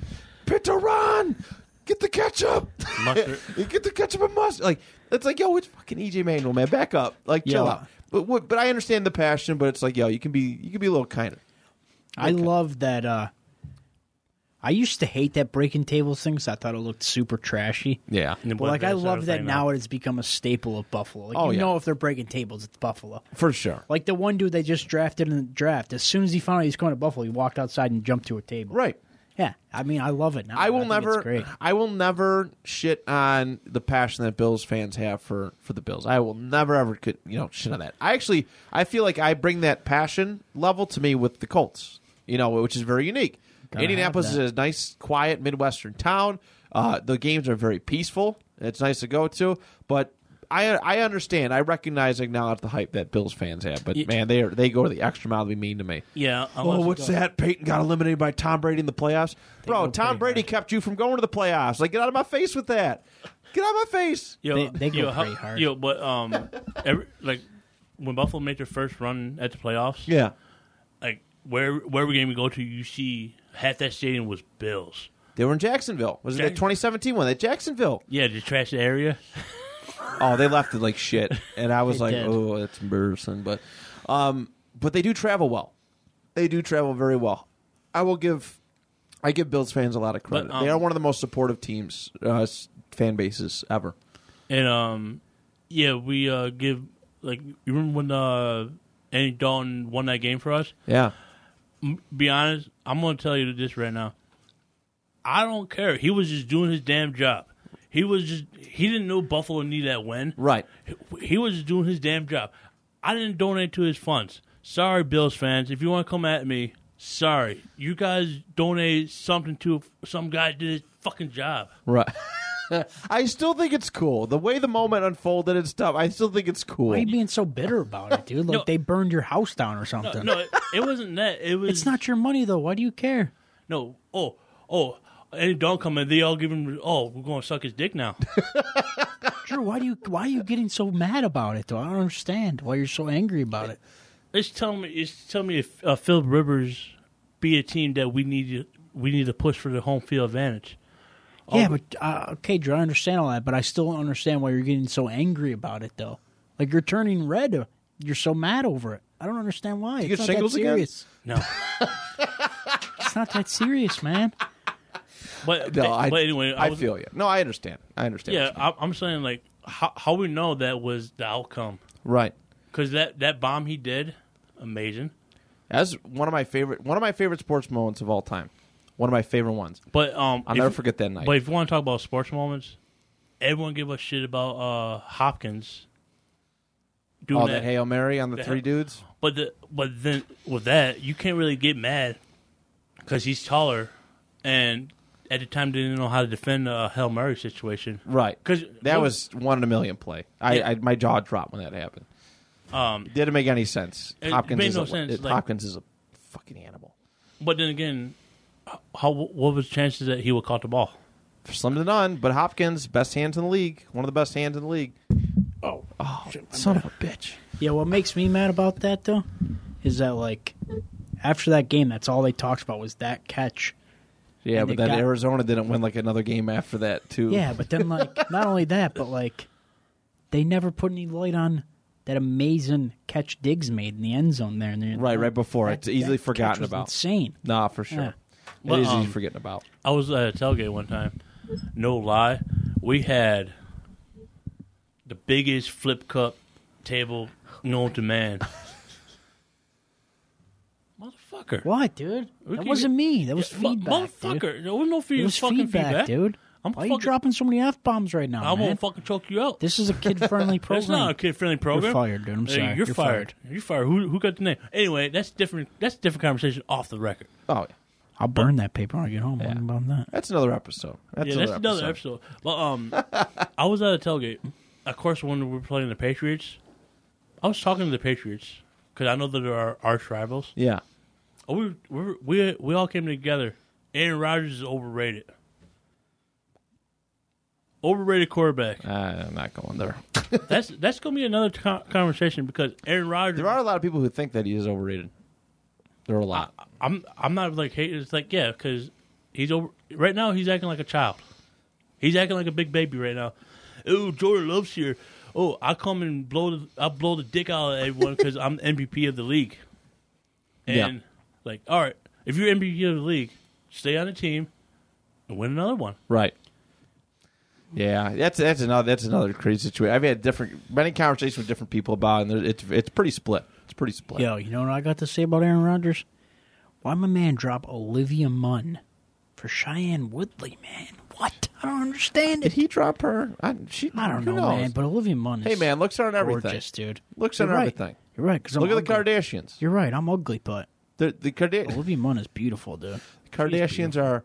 Pitaron. Get the ketchup.
Mustard.
You get the ketchup and mustard. Like it's like, yo, it's fucking EJ Manuel, man. Back up. Like chill
Yeah.
out. But what- but I understand the passion, but it's like, yo, you can be you can be a little kinder.
I love that. uh I used to hate that breaking tables thing because I thought it looked super trashy.
Yeah.
and the
But like I
bloodbaths,
love that
everything
now it's become a staple of Buffalo. Like
Oh,
you
yeah.
know if they're breaking tables, it's Buffalo.
For sure.
Like the one dude they just drafted in the draft, as soon as he found out he's going to Buffalo, he walked outside and jumped to a table.
Right.
Yeah. I mean, I love it now.
I will
think it's
never
great.
I will never shit on the passion that Bills fans have for for the Bills. I will never ever could you know shit on that. I actually I feel like I bring that passion level to me with the Colts. You know, which is very unique.
Gotta
Indianapolis
have
is
that.
a nice, quiet Midwestern town. Uh, the games are very peaceful. It's nice to go to, but I I understand. I recognize, acknowledge the hype that Bills fans have, but
Ye-
man, they are, they go the extra mile to be mean to me.
Yeah. I'm
Oh,
also
what's
go-
that? Peyton got eliminated by Tom Brady in the playoffs. Bro,
go
Tom
pretty
Brady
hard.
kept you from going to the playoffs. Like, get out of my face with that. Get out of my face.
Yo,
They- they go
yo, how-
pretty hard.
Yo, but um, every, like when Buffalo made their first run at the playoffs,
Yeah.
like where wherever game we go to, you see half that stadium was Bills.
They were in Jacksonville. Was it that
Jackson-
2017 one? That Jacksonville.
Yeah, the trash area.
Oh, they left it like shit. And I was
They
like,
did.
oh, that's embarrassing. But, um, but they do travel well. They do travel very well. I will give, I give Bills fans a lot of credit.
um,
they are one of the most supportive teams, uh, s- fan bases ever.
And um, yeah, we uh give like you remember when uh Andy Dalton won that game for us?
Yeah.
M- Be honest, I'm gonna tell you this right now. I don't care. He was just doing his damn job. He was just he didn't know Buffalo needed that win.
Right.
He, he was just doing his damn job. I didn't donate to his funds. Sorry, Bills fans. If you want to come at me, sorry. You guys donated something to some guy did his fucking job.
Right. I still think it's cool. The way the moment unfolded and stuff, I still think it's cool.
Why are you being so bitter about it, dude? Like
No.
they burned your house down or something.
No, it, it wasn't that. It was
It's not your money though. Why do you care?
No. Oh, oh. And don't come in. They all give him. Oh, we're going to suck his dick now.
Drew, why do you why are you getting so mad about it though? I don't understand why you're so angry about it.
it's telling me. It's telling me if uh, Phil Rivers be a team that we need. To, we need to push for the home field advantage.
Oh,
yeah, but uh, okay, Drew, I understand all that, but I still don't understand why you're getting so angry about it though. Like you're turning red. You're so mad over it. I don't understand why.
you get
it's not
shingles
that
again?
serious.
No,
It's not that serious, man.
but
no, I,
but anyway,
I,
was-
feel you. No, I understand. I understand.
Yeah, I, I'm saying like how, how we know that was the outcome
Right.
because that that bomb he did, amazing.
That's one of my favorite one of my favorite sports moments of all time. One of my favorite ones.
But um,
I'll
if-
never forget that night.
But if you want to talk about sports moments, everyone give a shit about uh Hopkins doing
oh, that Hail Mary on the
that- Oh.
three dudes.
But the but then with that, you can't really get mad because he's taller, and at the time didn't know how to defend a Hail Mary situation.
Right.
'Cause-
that was one in a million play. I,
Yeah.
I my jaw dropped when that happened.
Um,
It didn't make any sense.
It
Hopkins
made
is
no
a,
sense,
it-
like-
Hopkins is a fucking animal.
but then again, h- how what was the chances that he would caught the ball?
Slim to none, but Hopkins, best hands in the league, one of the best hands in the league.
Oh,
Shit, my
Son
bad.
of a bitch.
yeah. What makes me mad about that though is that like after that game, that's all they talked about was that catch.
Yeah,
And
but
it
then
got-
Arizona didn't win like another game after that too.
Yeah, but then like not only that, but like they never put any light on that amazing catch Diggs made in the end zone there. And
Right, right before. It's easily
catch
forgotten
was
about.
Insane.
Nah, for sure.
Yeah.
It
Well,
is easy
um,
forgetting about.
I was at a tailgate one time. No lie, we had the biggest flip cup table known to man. Motherfucker!
What, dude?
We
That
can-
wasn't me. That was
Mu-
feedback.
motherfucker!
Dude.
There was no feed,
It was
fucking
feedback, dude.
I'm
Why are you
fucking-
dropping so many f bombs right now,
I'm
Oh, man?
gonna fucking choke you out.
this is a kid-friendly program.
It's not a kid-friendly program.
fired, dude. I'm
Hey,
sorry.
You're,
You're
fired. You're fired. Who who got the name? Anyway, that's different. That's a different conversation off the record.
Oh, yeah.
I'll burn that paper when I get home. What about that?
that's another episode. That's
yeah, that's another episode. But um, I was at a tailgate. Of course, when we were playing the Patriots, I was talking to the Patriots because I know that they're our arch rivals. Oh,
Yeah.
We we we we all came together. Aaron Rodgers is overrated. Overrated quarterback.
Uh, I'm not going there.
That's that's gonna be another co- conversation because Aaron Rodgers.
There are a lot of people who think that he is overrated. There are a lot.
I'm I'm not like hating. It's like yeah, because he's over right now. He's acting like a child. He's acting like a big baby right now. Oh, Jordan Love's here. Oh, I come and blow the I blow the dick out of everyone because I'm the MVP of the league. And
Yeah.
like, all right, if you're MVP of the league, stay on the team and win another one.
Right. Yeah, that's that's another that's another crazy situation. I've had different many conversations with different people about, it, and there- it's it's pretty split. It's pretty split.
Yo, you know what I got to say about Aaron Rodgers? Why my man drop Olivia Munn for Cheyenne Woodley, man? What? I don't understand
Did
it.
he drop her? I, she,
I don't
who
know,
knows?
man. But Olivia Munn is
hey, man, looks are on everything.
gorgeous, dude.
Looks
You're
on
right.
everything.
You're right. Cause I'm
Look at the
ugly.
Kardashians.
You're Oh, right. I'm ugly, but
The the Karda-
Olivia Munn is beautiful, dude.
Kardashians are,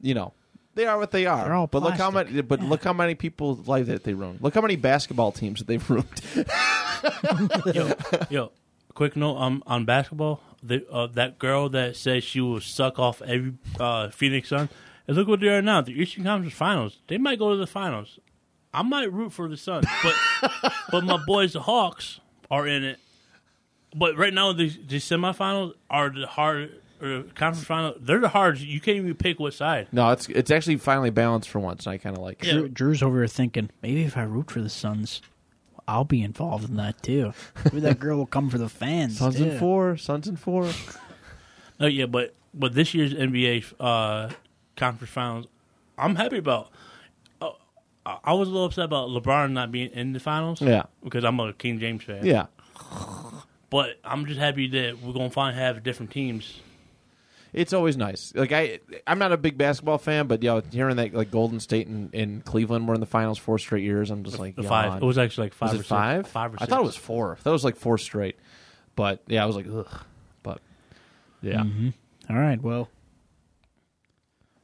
you know, they are what they are.
They're all
but look how
plastic.
many. But look how many people's life that they ruined. Look how many basketball teams that they've ruined.
Yo, yo, quick note um, on basketball. The, uh, that girl that said she will suck off every uh, Phoenix Sun. And look what they are now. The Eastern Conference Finals. They might go to the finals. I might root for the Suns, but but my boys, the Hawks, are in it. But right now, the, the semifinals are the hard or the conference final. They're the hardest. You can't even pick what side.
no, it's it's actually finally balanced for once, and I kind of like it.
Yeah.
Drew, Drew's over here thinking maybe if I root for the Suns, I'll be involved in that too. Maybe that girl will come for the fans.
Suns
too.
and four, Suns and four.
Oh yeah, but but this year's NBA uh, conference finals, I'm happy about. Uh, I I was a little upset about LeBron not being in the finals.
Yeah.
because I'm a King James fan.
Yeah,
but I'm just happy that we're gonna finally have different teams.
it's always nice. Like I, I'm not a big basketball fan, but yeah, hearing that like Golden State and, and Cleveland were in the finals four straight years, I'm just like
The
yeah,
five.
man.
It was actually like five
Was
or
it five?
six. Five or six.
I thought it was four. That was like four straight. But yeah, I was like ugh. But yeah,
Mm-hmm. All right. Well,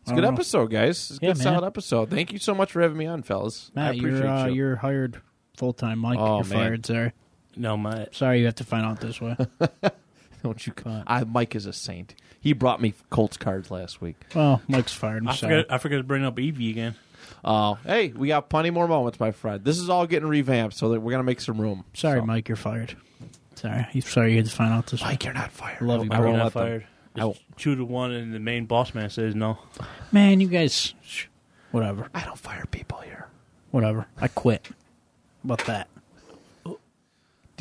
it's a good episode, guys. It's a
Yeah,
good
man.
solid episode. Thank you so much for having me on, fellas. I
Matt,
appreciate
you're uh,
you.
you're hired full time, Mike.
Oh,
you're
man.
fired. Sorry,
no my
sorry, you have to find out this way.
Don't you? I Mike is a saint. He brought me Colts cards last week.
well, Mike's fired. I'm
I
sorry.
forgot. I forgot to bring up Evie again.
Oh, hey, we got plenty more moments, my friend. This is all getting revamped, so that we're gonna make some room.
Sorry,
So-
Mike, you're fired. Sorry, you sorry you had to find out this way.
Mike, you're not fired.
Love you,
I
bro.
won't
Got
let them-
fired.
I won't-
It's two to one, and the main boss man says no.
Man, you guys, sh- whatever,
I don't fire people here.
whatever. I quit. How about that?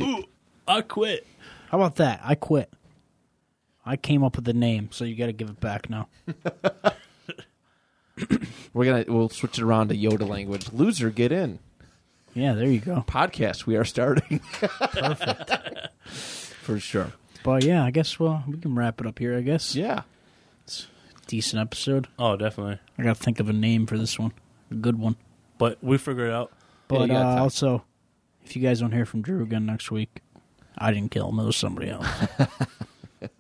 Ooh, I quit.
How about that? I quit. I came up with the name, so you got to give it back now.
We're gonna we'll switch it around to Yoda language. Loser, get in.
Yeah, there you go.
Podcast we are starting. For sure.
But yeah, I guess well we can wrap it up here. I guess
Yeah.
decent episode.
Oh, definitely.
I got to think of a name for this one, a good one.
But we figured it out.
Yeah, you
But
got
uh,
time.
also, if you guys don't hear from Drew again next week, I didn't kill him. It was somebody else.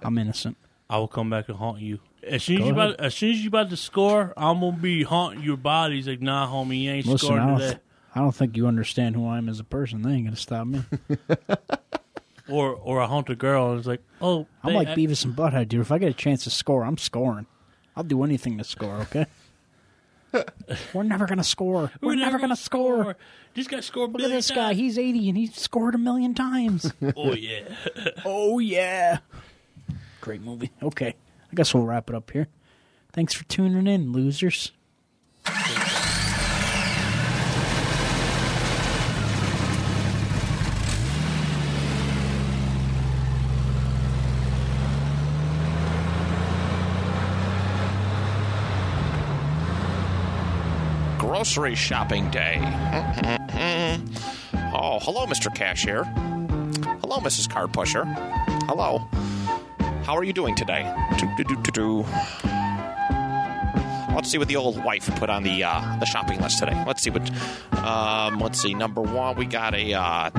I'm innocent.
I will come back and haunt you. As soon as
Go
you
ahead.
about, as soon as you about to score, I'm gonna be haunting your bodies like, nah, homie, you ain't
Listen, I
scoring
don't,
today.
I don't think you understand who I am as a person. They ain't gonna stop me.
Or or I haunt a girl and it's like, oh,
I'm
they-
like
I-
Beavis and Butthead, dude. If I get a chance to score, I'm scoring. I'll do anything to score. Okay.
We're never going to score. We're, never, going to score.
This guy scored.
Look at this guy. He's 80 and he scored a million times.
oh yeah.
Oh yeah. Great movie. Okay. I guess we'll wrap it up here. Thanks for tuning in, losers.
grocery shopping day. oh, hello, Mr. Cashier. Hello, Mrs. Card Pusher. Hello. How are you doing today? Do-do-do-do-do. Let's see what the old wife put on the uh, the shopping list today. Let's see what. Um, let's see. Number one, we got a uh,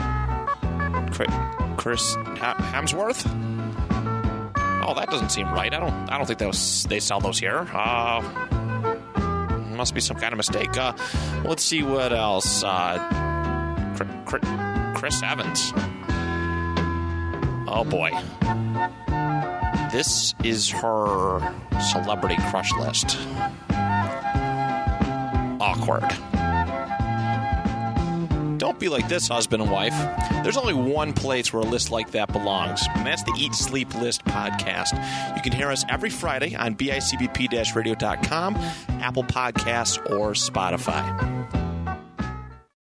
Chri- Chris Ha- Hemsworth. Oh, that doesn't seem right. I don't. I don't think that was, they sell those here. Uh, must be some kind of mistake. Uh, let's see what else. Uh, Cr- Cr- Chris Evans. Oh boy. This is her celebrity crush list. Awkward. Don't be like this, husband and wife. There's only one place where a list like that belongs, and that's the Eat Sleep List podcast. You can hear us every Friday on bicbp-radio.com, Apple Podcasts, or Spotify.